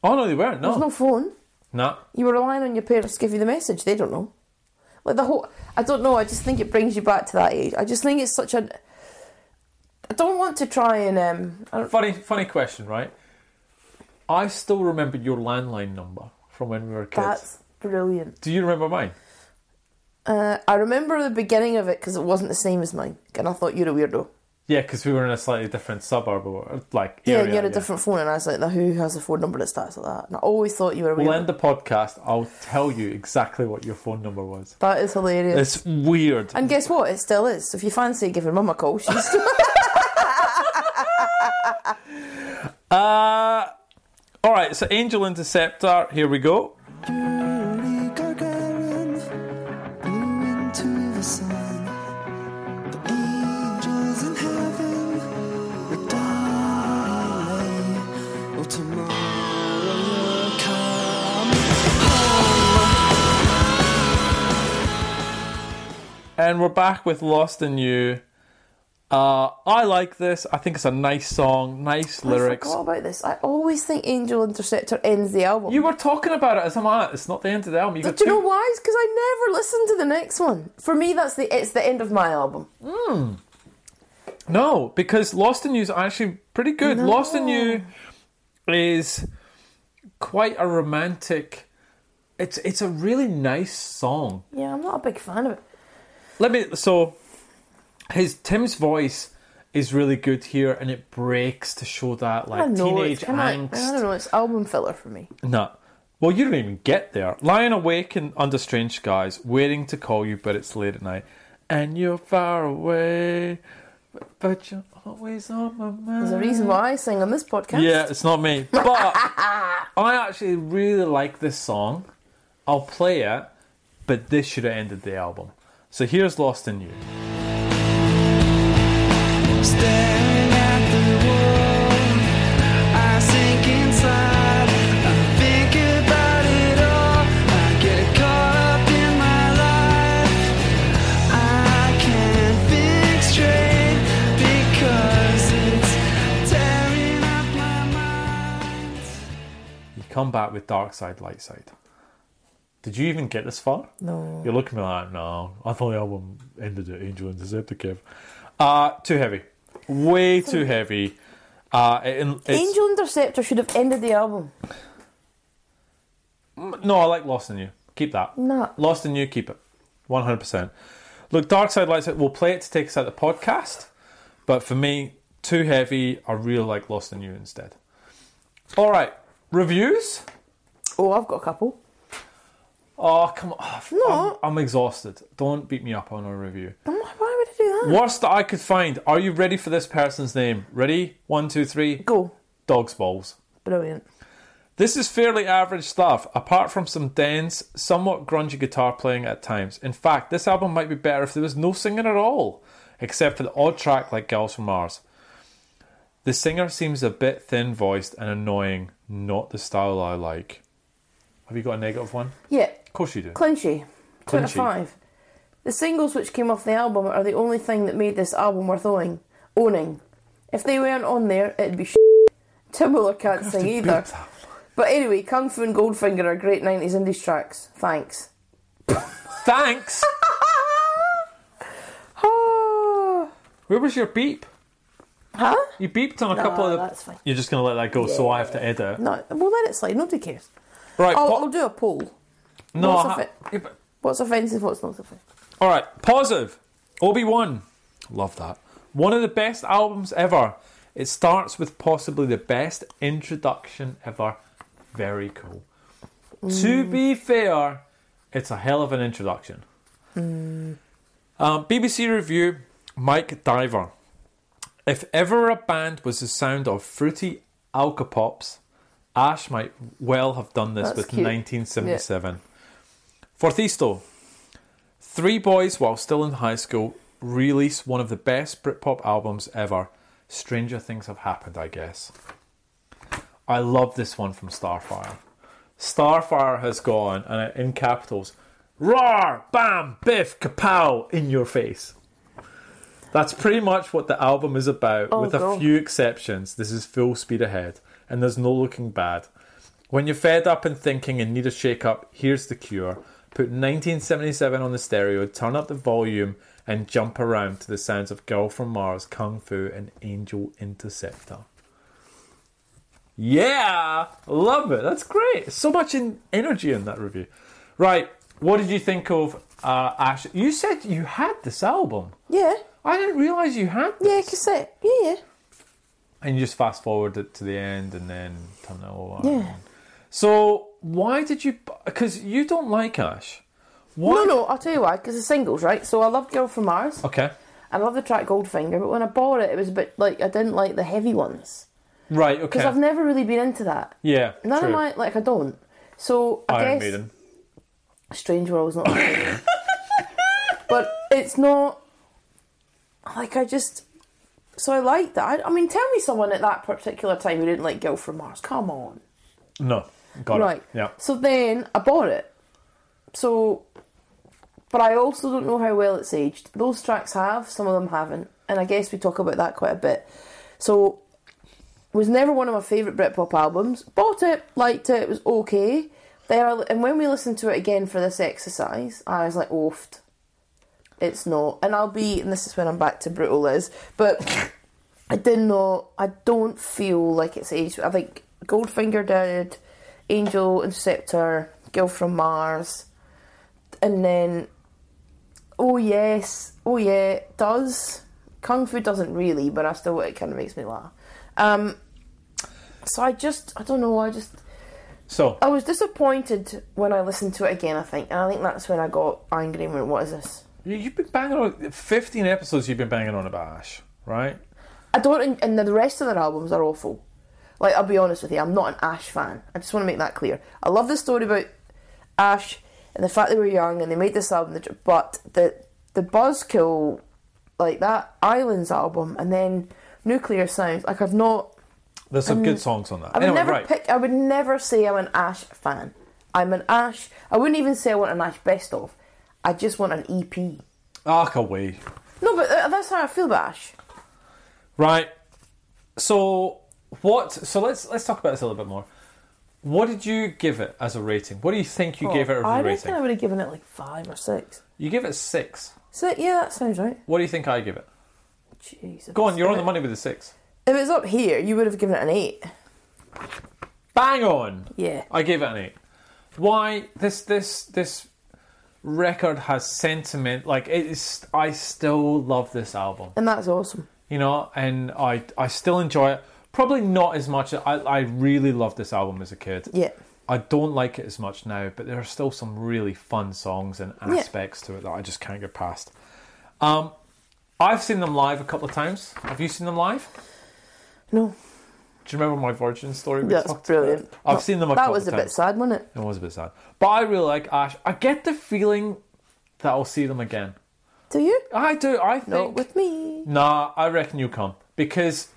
Oh no, they weren't. No,
There's no phone.
nah.
You were relying on your parents to give you the message. They don't know. Like the whole. I don't know. I just think it brings you back to that age. I just think it's such a. I don't want to try and. Um, I don't,
Funny, funny question, right? I still remember your landline number from when we were kids.
that's brilliant.
Do you remember mine?
Uh, I remember the beginning of it because it wasn't the same as mine, and I thought you're a weirdo.
Yeah, because we were in a slightly different suburb or uh, like
Yeah,
area.
you had a different phone, and I was like, "Now who has a phone number that starts like that?" And I always thought you were a weirdo.
We'll end the podcast. I'll tell you exactly what your phone number was.
that is hilarious.
It's weird.
and guess what? It still is. If you fancy giving mum a call, she's
Uh, all right, so Angel Interceptor. Here we go.
Yuri Gagarin blew into the sun. The angels in heaven were dying late. Well, tomorrow you'll come.
And we're back with Lost in You. Uh, I like this. I think it's a nice song, nice
I
lyrics.
forgot about this. I always think Angel Interceptor ends the album.
You were talking about it as I'm at. It's not the end of the album. You got
Do you
two-
know why? It's because I never listen to the next one. For me, that's the it's the end of my album.
No, because Lost in You is actually pretty good. Lost in You is quite a romantic. It's it's a really nice song.
Yeah, I'm not a big fan of it.
Let me so his Tim's voice is really good here, and it breaks to show that
I
like
know
teenage
it's kind
angst.
of I don't know. It's album filler for me.
Nah. Well, you don't even get there. Lying awake and under strange skies, waiting to call you, but it's late at night. And you're far away, but, but you're always on my mind.
There's a reason why I sing on this podcast.
Mm. Yeah, it's not me. But I actually really like this song. I'll play it, but this should have ended the album. So here's Lost in You.
Staring at the wall, I sink inside. I think about it all. I get caught up in my life. I can't think straight because it's tearing up my mind.
You come back with Dark Side, Light Side. Did you even get this far?
No.
You're looking at me like, no, I thought the album ended at Angel Interceptor Kev. Uh, too heavy. way too heavy. Uh, it, it's,
Angel Interceptor should have ended the album.
No, I like Lost in You. Keep that.
No.
Lost in You, keep it. 100%. Look, Dark Side Lights, we'll play it to take us out of the podcast, but for me, too heavy. I really like Lost in You instead. All right, reviews?
Oh, I've got a couple.
Oh, come on.
No.
I'm, I'm exhausted. Don't beat me up on a review.
I'm like, why would I do that?
Worst that I could find. Are you ready for this person's name? Ready? One, two, three.
Go.
Dog's Balls.
Brilliant.
This is fairly average stuff, apart from some dense, somewhat grungy guitar playing at times. In fact, this album might be better if there was no singing at all, except for the odd track like Girls from Mars. The singer seems a bit thin voiced and annoying, not the style I like. Have you got a negative one?
Yeah,
Of course you do.
Clinchy.
Clinchy.
25. The singles which came off the album are the only thing that made this album worth owning. Owning. If they weren't on there, it'd be sh. Tim Wheeler can't sing either. But anyway, Kung Fu and Goldfinger are great 90s indie tracks. Thanks.
Thanks!
Ah.
Where was your beep?
huh?
You beeped on a couple of the.
that's fine.
You're just going to let that go, so I have to edit.
No, well, let it slide. Nobody cares.
Right,
I'll,
pa-
I'll do a poll. Oh,
no,
what's
I
off
ha-
it?
Yeah, but-
What's offensive, what's not offensive?
All right, positive. Obi Wan. Love that. One of the best albums ever. It starts with possibly the best introduction ever. Very cool. To
Mm.
be fair, it's a hell of an introduction.
Mm.
Um, BBC review Mike Diver. If ever a band was the sound of fruity alcopops, Ash might well have done this
That's
with
cute.
1977. Fortisto, Three boys, while still in high school, release one of the best Britpop albums ever. Stranger things have happened, I guess. I love this one from Starfire. Starfire has gone, and in capitals, roar, bam, biff, kapow, in your face. That's pretty much what the album is about, with a
God.
few exceptions. This is full speed ahead, and there's no looking bad. When you're fed up and thinking and need a shake up, here's the cure. Put 1977 on the stereo, turn up the volume, and jump around to the sounds of Girl from Mars, Kung Fu, and Angel Interceptor. Yeah, love it. That's great. So much in energy in that review. Right, what did you think of uh, Ash? You said you had this album.
Yeah.
I didn't realise you had this.
Yeah, cassette. Yeah, yeah.
And you just fast forward it to the end and then oh, turn it over.
Yeah.
So why did you? Because you don't like Ash. Why?
No, no, I'll tell you why, because the singles, right? So I love Girl from Mars.
Okay.
I love the track Goldfinger, but when I bought it, it was a bit like I didn't like the heavy ones.
Right.
Because
Okay.
I've never really been into that.
yeah.
None
true.
of my, like, I don't. So I
Iron
guess
Maiden.
Strange World's not. my favourite. but it's not. Like, I just. So I like that. I, I mean, tell me someone at that particular time who didn't like Girl from Mars. Come on.
No. Got
Right.
it. Yeah.
So then I bought it. So, but I also don't know how well it's aged. Those tracks have, some of them haven't, and I guess we talk about that quite a bit. So, was never one of my favourite Britpop albums. Bought it, liked it, it was okay. Then I, and when we listened to it again for this exercise, I was like, oofed. It's not. And I'll be, and this is when I'm back to Brutal Liz, but I did not, I don't feel like it's aged. I think Goldfinger did, Angel, Interceptor, Girl from Mars, and then, oh yes, oh yeah, does. Kung Fu doesn't really, but I still, it kind of makes me laugh. Um, so I just, I don't know, I just,
So
I was disappointed when I listened to it again, I think, and I think that's when I got angry and went, what is this?
you- you've been banging on. Fifteen episodes you've been banging on about Ash, right?
I don't, and the rest of their albums are awful. Like, I'll be honest with you, I'm not an Ash fan. I just want to make that clear. I love the story about Ash and the fact they were young and they made this album, but the the Buzzkill, like that Islands album, and then Nuclear Sounds, like I've not,
There's some good songs on that.
I would
anyway,
Um, never
right.
pick, I would never say I'm an Ash fan. I'm an Ash, I wouldn't even say I want an Ash best of. I just want an EP.
Arc away.
No, but uh, that's how I feel about Ash.
Right. So what? So let's let's talk about this a little bit more. What did you give it as a rating? What do you think you gave it as
Oh, I
a
reckon
rating?
I would have given it like five or six.
You give it six.
So yeah, that sounds right.
What do you think I give it?
jeez.
Go on, you're on the money with the six.
If it's up here, you would have given it an eight.
Bang on.
Yeah.
I gave it an eight. Why this this this record has sentiment? Like it is. I still love this album.
And that's awesome.
you know, and I I still enjoy it. Probably not as much. I I really loved this album as a kid.
Yeah.
I don't like it as much now, but there are still some really fun songs and aspects to it that I just can't get past. Um, I've seen them live a couple of times. Have you seen them live?
No.
Do you remember my Virgin story? we
That's
talked about?
brilliant.
I've seen them a
That
couple
was a
of
bit
times.
sad, wasn't it?
It was a bit sad, but I really like Ash. I get the feeling that I'll see them again.
Do you?
I do. I think
Not with me.
Nah, I reckon you'll come because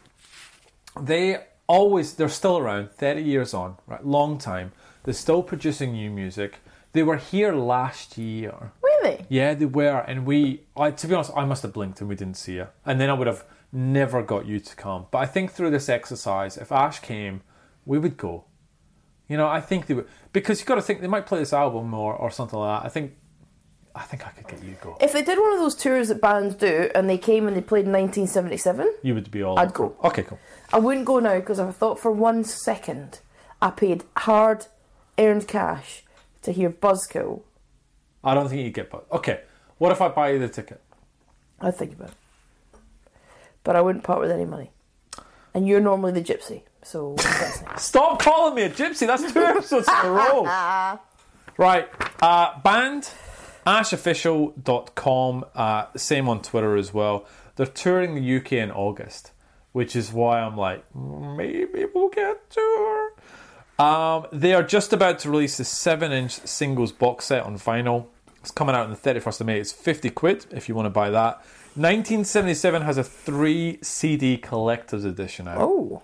they always they're still around. Thirty years on, right? Long time. They're still producing new music. They were here last year.
Really?
Yeah, they were, and we. I to be honest, I must have blinked and we didn't see you, and then I would have never got you to come. But I think through this exercise, if Ash came, we would go. You know, I think they would because you got to think they might play this album or or something like that. I think, I think I could get you to go.
If they did one of those tours that bands do and they came and they played in 1977,
You would be all.
I'd go.
Okay, cool.
I wouldn't go now because if I thought for one second I paid hard earned cash to hear Buzzkill,
I don't think you get both. Okay, what if I buy you the ticket?
I'd think about it. But I wouldn't part with any money. And you're normally the gypsy, so that's nice.
Stop calling me a gypsy. That's two episodes in a row. Right, uh, band ashofficial.com, uh, same on Twitter as well. They're touring the UK in August, which is why I'm like, maybe we'll get a tour. Um, they are just about to release the 7 inch singles box set on vinyl. It's coming out on the 31st of May. It's 50 quid if you want to buy that. 1977 has a 3 CD collector's edition out.
Oh,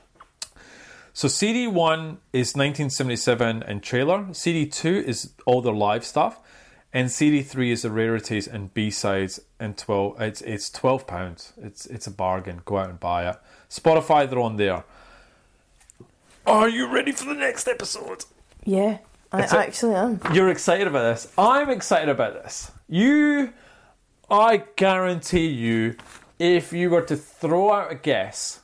So CD one is 1977 and trailer. CD two is all their live stuff, and CD three is the rarities and B sides. And twelve, it's it's twelve pounds. It's it's a bargain. Go out and buy it. Spotify, they're on there. Are you ready for the next episode?
yeah, I
It's a-
actually am.
You're excited about this. I'm excited about this. You, I guarantee you, if you were to throw out a guess,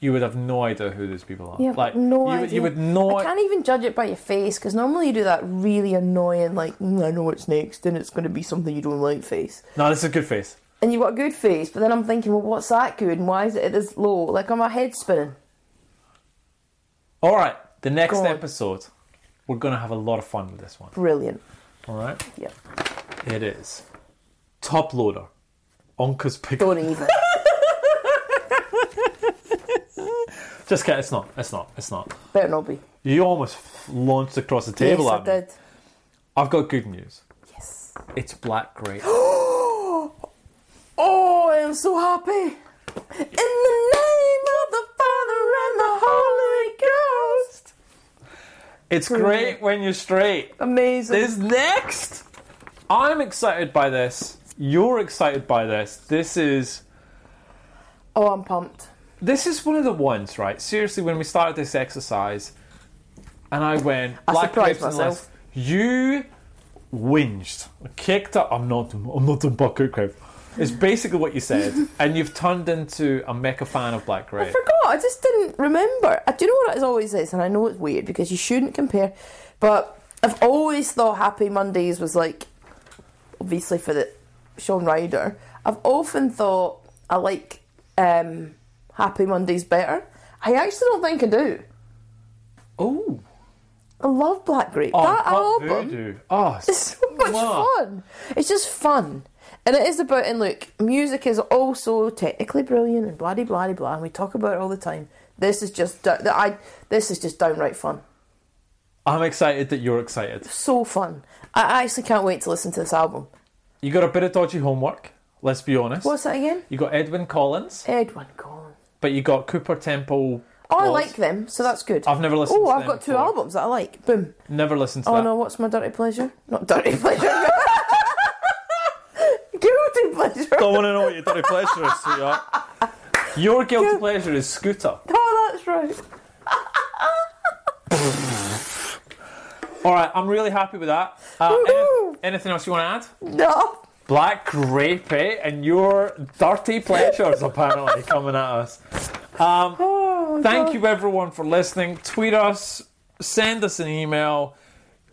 you would have no idea who these people are.
Yeah,
like
no
you, would-
idea.
You would know.
I can't even judge it by your face because normally you do that really annoying, like "Mm, I know what's next, and it's going to be something you don't like face.
No, this is a good face.
And you've got a good face, but then I'm thinking, well, what's that good, and why is it at this low? Like, on my head spinning.
All right, the
Go
next
on.
episode, we're gonna have a lot of fun with this one.
Brilliant.
All right,
Yeah.
it is top loader, Onka's pick.
Don't even.
Just kidding. It's not. It's not. It's not.
Better not be.
You almost f- launched across the
Yes,
table
I
at me.
did.
I've got good news.
Yes.
It's Black Grape.
Oh, I am so happy. In the name of the Father and the Holy Ghost.
It's great when you're straight.
Amazing.
Is next. I'm excited by this. You're excited by this. This is
Oh, I'm pumped.
this is one of the ones, right? Seriously, when we started this exercise, and I went black
surprised
grapes and
myself.
lettuce, You whinged, kicked up. I'm not. I'm not a bucket grape. It's basically what you said, and you've turned into a mecha fan of black grape.
forgot. I just didn't remember. I do you know what it always is, and I know it's weird because you shouldn't compare, but I've always thought Happy Mondays was like, obviously for the Sean Ryder. I've often thought I like um, Happy Mondays better. I actually don't think I do.
Oh,
I love Black Grape.
oh,
that
Hot
album.
Voodoo. Oh,
It's so much
Wow.
fun. It's just fun. And it is about, and look, music is also technically brilliant and blah de blah de blah, and we talk about it all the time. This is just do- that I. This is just downright fun.
I'm excited that you're excited.
So fun. I actually can't wait to listen to this album.
You got a bit of dodgy homework. Let's be honest.
What's that again?
You got Edwin Collins,
Edwin Collins.
but you got Cooper Temple.
Oh, I
Walls.
like them, so that's good.
I've never listened
Oh,
to
I've
them
got two
before.
albums that I like. Boom.
Never listened to
Oh
that.
no, what's my dirty pleasure? Not dirty pleasure. Guilty pleasure.
Don't want to know what your dirty pleasure is, sweetheart. Your guilty pleasure is Scooter.
Oh, that's right.
All right, I'm really happy with that. Uh, any-
Woohoo!
anything else you want to add?
No.
Black rape eh? and your dirty pleasures apparently coming at us. Um,
Oh,
thank you everyone for listening. Tweet us, send us an email.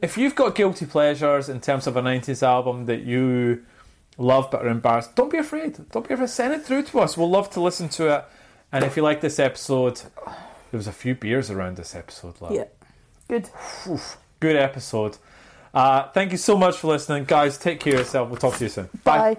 If you've got guilty pleasures in terms of a 90s album that you love but are embarrassed, don't be afraid. Don't be afraid. Send it through to us. We'll love to listen to it. And if you like this episode, there was a few beers around this episode, love.
Yeah. Good.
Oof, good episode. Uh, thank you so much for listening, guys. Take care of yourself. We'll talk to you soon.
Bye.